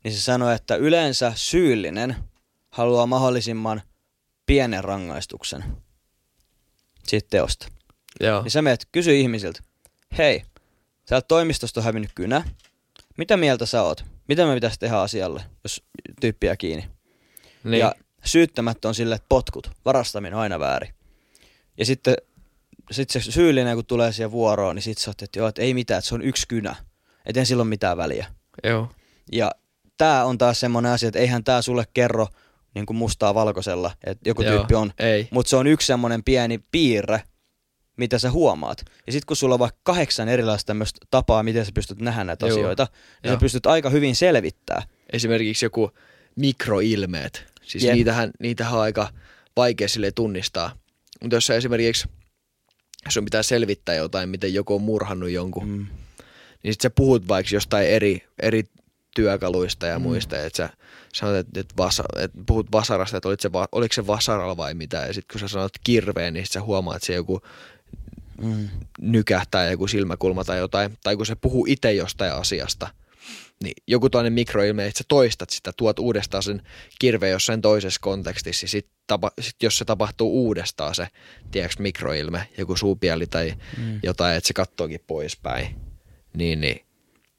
Niin se sanoi, että yleensä syyllinen haluaa mahdollisimman pienen rangaistuksen siitä teosta.
Joo.
Niin sä meet, kysy ihmisiltä, hei, sä oot toimistosta hävinnyt kynä, mitä mieltä sä oot? Mitä me pitäisi tehdä asialle, jos tyyppiä kiinni?
Niin.
Ja syyttämät on sille että potkut, varastaminen on aina väärin. Ja sitten sit se syyllinen, kun tulee siihen vuoroon, niin sit sä oot, että joo, että ei mitään, että se on yksi kynä. Että ei sillä ole mitään väliä.
Joo.
Ja tää on taas semmoinen asia, että eihän tää sulle kerro niin kuin mustaa valkoisella, että joku
Joo.
tyyppi on.
Ei.
Mutta se on yksi semmoinen pieni piirre, mitä sä huomaat. Ja sitten kun sulla on vaikka kahdeksan erilaista tämmöistä tapaa, miten sä pystyt nähdä näitä
Joo.
asioita, niin
Joo.
sä pystyt aika hyvin selvittää.
esimerkiksi joku mikroilmeet. Siis
Jep.
niitähän, niitähän on aika vaikea sille tunnistaa. Mutta jos sä esimerkiksi sun pitää selvittää jotain, miten joku on murhannut jonkun, mm.
Mm.
niin sit sä puhut vaikka jostain eri, eri työkaluista
Mm.
ja muista, että sä sanot, että, että, vasa, että puhut vasarasta, että olit se, va- oliko se vasaralla vai mitä, ja sitten kun sä sanot kirveen, niin sit sä huomaat, että se joku
Mm.
nykähtää joku silmäkulma tai jotain, tai kun se puhuu itse jostain asiasta, niin joku toinen mikroilme, että sä toistat sitä, tuot uudestaan sen kirveen jossain toisessa kontekstissa, ja sit, tapa, sit jos se tapahtuu uudestaan se, tiedäks, mikroilme, joku suupieli tai
Mm.
jotain, että se kattookin poispäin, niin, niin.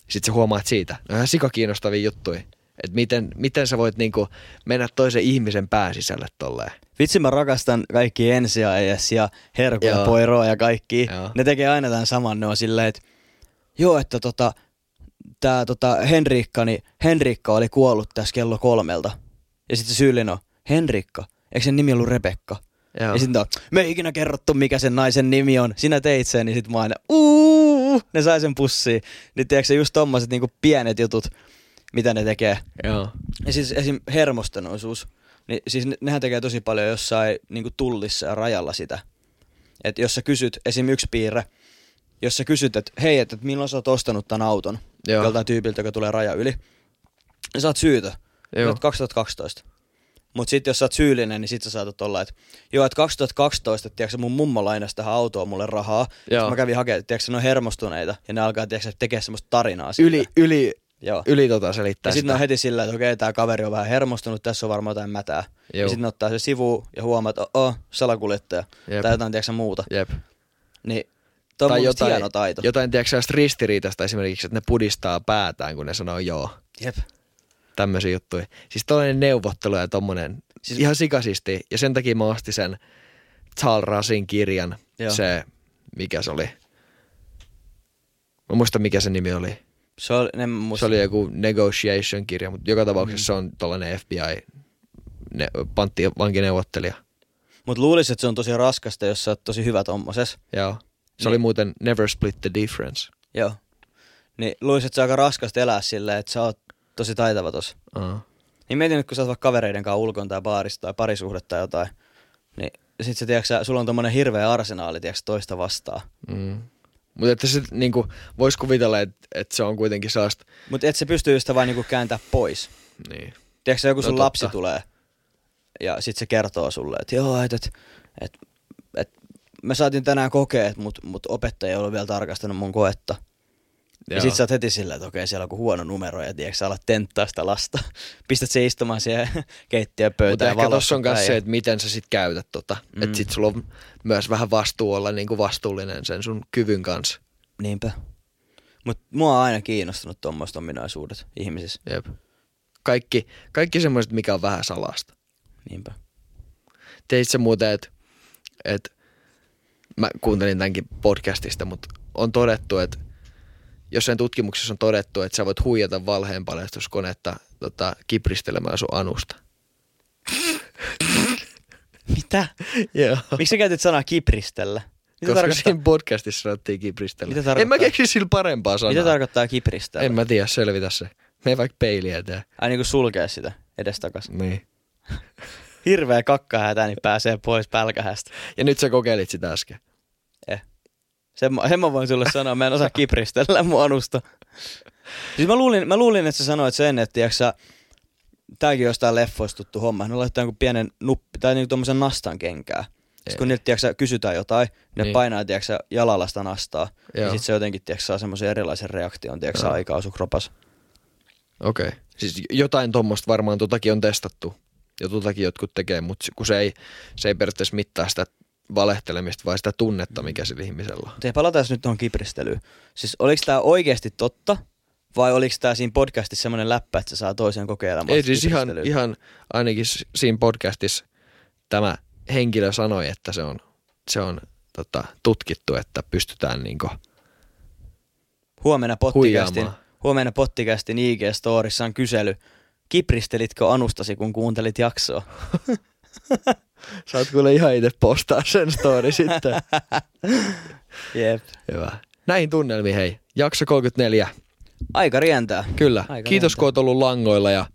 sitten sä huomaat siitä. No ihan sika kiinnostavia juttuja, että miten, miten sä voit niinku mennä toisen ihmisen pääsisälle tolleen.
Vitsi mä rakastan kaikki ensi ja ES ja Herku ja
Joo.
Poiroa ja kaikki.
Joo.
Ne tekee aina tämän saman, ne on silleen, että joo, että tota, tää tota Henrikka, niin Henrikka oli kuollut tässä kello kolmelta. Ja sitten se syyllinen on, Henrikka, eikö sen nimi ollut Rebekka?
Joo.
Ja sitten on, me ei ikinä kerrottu mikä sen naisen nimi on, sinä teit sen, niin sitten mä aina, uuu, ne sai sen pussiin. Niin tiedätkö se just tommoset niinku pienet jutut, mitä ne tekee.
Joo.
Ja siis esim. hermostuneisuus, niin siis ne- nehän tekee tosi paljon jossain niin tullissa ja rajalla sitä. Että jos sä kysyt, esim. yksi piirre, jos sä kysyt, että hei, että milloin sä oot ostanut tämän auton
Joo.
Joo. joltain tyypiltä, joka tulee raja yli, niin sä oot syytö.
Joo.
Joo. 2012. Mutta sitten jos sä oot syyllinen, niin sit sä saatat olla, että joo, että 2012, että tiedätkö, sä, mun mummo lainasi tähän autoon mulle rahaa.
Joo.
Sitten mä kävin hakemaan, että tiedätkö, sä, ne on hermostuneita ja ne alkaa tiedätkö, sä, tekee semmoista tarinaa siitä.
Yli, yli,
Joo.
yli tota selittää
Ja sitten
sitä.
on heti sillä, että okei, tämä kaveri on vähän hermostunut, tässä on varmaan jotain mätää. Joo.
Joo.
Ja sitten ottaa se sivu ja huomaa, että oo, salakuljettaja.
Jep.
Tai jotain, tiedätkö muuta.
Jep.
Niin, toi on jotain, hieno taito.
Jotain, tiedätkö, sellaista ristiriitasta esimerkiksi, että ne pudistaa päätään, kun ne sanoo joo.
Jep.
Tämmöisiä juttuja. Siis tollainen neuvottelu ja tommonen, siis...
Siis-
ihan sikasisti. Ja sen takia mä ostin sen Tal Rasin kirjan. Joo.
Joo.
Se, mikä se oli. Mä muista, mikä se nimi oli.
Se oli, ne
Se
musta.
oli joku negotiation-kirja, mutta joka tapauksessa se
Mm.
on tollainen FBI, ne, pantti, vankineuvottelija.
Mut luulisin, että se on tosi raskasta, jos sä oot tosi hyvä tommoses.
Joo. Se
Niin.
oli muuten Never Split the Difference.
Joo. Niin luulisin, että se on aika raskasta elää silleen, että sä oot tosi taitava tossa.
Uh.
Niin mietin nyt, kun sä oot vaikka kavereiden kanssa ulkon tai baarissa tai parisuhdetta tai jotain. Niin sit sä, tiedätkö, sä- sulla on tommonen hirveä arsenaali, tiedätkö, toista vastaan.
Mm. Mutta että se niinku, vois kuvitella, että et se on kuitenkin sellaista,
Mut et se pystyy sitä vaan niinku kääntää pois.
niin.
Tiedätkö, sä, joku
No
sun
totta.
no, lapsi tulee ja sit se kertoo sulle, että joo, että et, et, et, me saatiin tänään kokeet, mut, mut opettaja ei ollut vielä tarkastanut mun koetta. Joo. Ja sit sä oot heti sillä, että okei, siellä on kuin huono numero ja tiedätkö, sä alat tenttaa sitä lasta. Pistät se istumaan siihen
Mutta
keittiöpöytään
ehkä tossa on
päin
myös se,
ja-
että miten sä sit käytät tota. Mm.
Mm.
Että sit sulla on myös vähän vastuu olla niinku vastuullinen sen sun kyvyn kanssa.
Niinpä. Mut mua on aina kiinnostunut tuommoiset ominaisuudet ihmisissä.
Jep. Kaikki, kaikki semmoiset, mikä on vähän salasta.
Niinpä.
Teit se muuten, että et, mä kuuntelin tämänkin podcastista, mutta on todettu, että jossain tutkimuksessa on todettu, että sä voit huijata valheenpaljastuskonetta tota, kipristelemällä sun anusta.
Mitä?
Joo.
Miksi sä käytit sanaa kipristellä? Mitä
Mitä Koska
tarkoittaa,
siinä podcastissa sanottiin kipristellä.
Mitä
en mä
tarkoittaa?
keksi sillä parempaa sanaa.
mitä tarkoittaa kipristellä?
En mä tiedä, selvitä se. Me ei vaikka peiliä tee.
Ai niinku sulkea sitä edestakas.
Niin.
Hirveä kakkahätä, niin pääsee pois pälkähästä.
Ja nyt sä kokeilit sitä äsken.
Eh. Sen, mä- sen mä voin sulle sanoa, mä en osaa kipristellä mun anusta. Siis mä luulin, mä luulin että sä sanoit sen, että tiiäks sä, tääkin on jostain leffoista tuttu homma. Ne laittaa jonkun pienen nuppi, tai niinku tommosen nastan kenkää.
Ei.
Sitten kun niiltä tiiäks sä, kysytään jotain, ne
Niin.
niin. painaa tiiäks sä, jalalla sitä nastaa.
Joo.
Ja sit se jotenkin tiiäks, saa semmoisen erilaisen reaktion tiiäks,
Joo.
sä, aikaa sun kropas.
Okei. Okay. Siis jotain tuommoista varmaan totakin on testattu. Ja totakin jotkut tekee, mutta kun se ei, se ei periaatteessa mittaa sitä valehtelemista, vaan sitä tunnetta, mikä sillä ihmisellä on.
Mutta hei, palataan nyt tuohon kipristelyyn. Siis oliko tämä oikeasti totta vai oliko tämä siinä podcastissa semmoinen läppä, että se saa toisen kokeilemaan?
Ei siis ihan,
kipristelyä?
ihan ainakin s- siinä podcastissa tämä henkilö sanoi, että se on, se on tota, tutkittu, että pystytään niinku,
Huomenna pottikästin,
Huijaamaan.
huomenna pottikästin IG-storissa on kysely. Kipristelitkö anustasi, kun kuuntelit jaksoa?
sä oot kuule ihan itse postaa sen story sitten.
Jep.
Hyvä. Näihin tunnelmiin hei. Jakso 34.
Aika rientää.
Kyllä. Aika
Aika
Kiitos
lentä.
kun oot ollut langoilla ja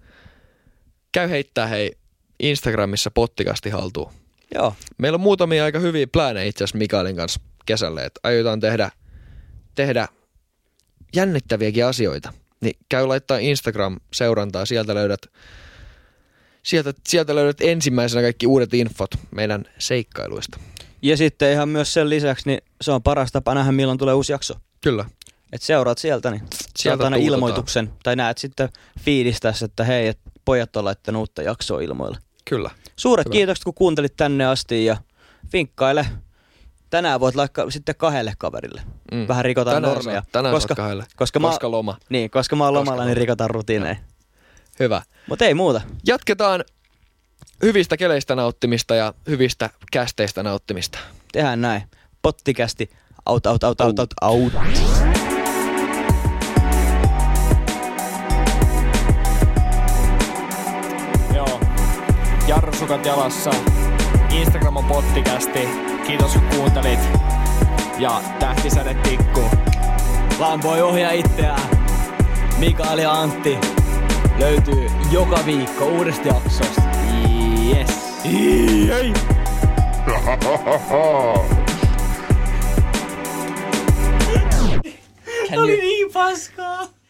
käy heittää hei Instagramissa pottikasti haltuun.
Joo.
Meillä on muutamia aika hyviä pläänejä itse asiassa Mikaelin kanssa kesälle, että aiotaan tehdä, tehdä jännittäviäkin asioita, niin käy laittaa Instagram-seurantaa, sieltä löydät, sieltä, sieltä löydät ensimmäisenä kaikki uudet infot meidän seikkailuista.
Ja sitten ihan myös sen lisäksi, niin se on paras tapa nähdä, milloin tulee uusi jakso.
Kyllä.
Et seuraat sieltä, niin sieltä aina
tuututaan.
ilmoituksen. Tai näet sitten fiilistässä, että hei, et pojat on laittanut uutta jaksoa ilmoille.
Kyllä.
Suuret
Hyvä.
kiitokset, kun kuuntelit tänne asti ja vinkkaile. Tänään voit laittaa sitten kahdelle kaverille.
Mm.
Vähän rikotaan
tänään
normeja.
Saat, tänään koska,
koska,
saat kahdelle.
koska, mä,
koska loma.
niin, koska mä oon
koska
lomalla,
mä-
niin rikotaan rutiineja.
Hyvä.
Mutta ei muuta.
Jatketaan hyvistä keleistä nauttimista ja hyvistä kästeistä nauttimista.
Tehdään näin. Pottikästi. Out, out, out, out, out, out.
Joo. Jarrusukat jalassa. Instagram on pottikästi. Kiitos kun kuuntelit. Ja tähtisäde tikku.
Vaan voi ohjaa itseään. Mikael ja Antti löytyy joka viikko uudesta jaksosta. Yes.
Jei!
Oli niin paskaa.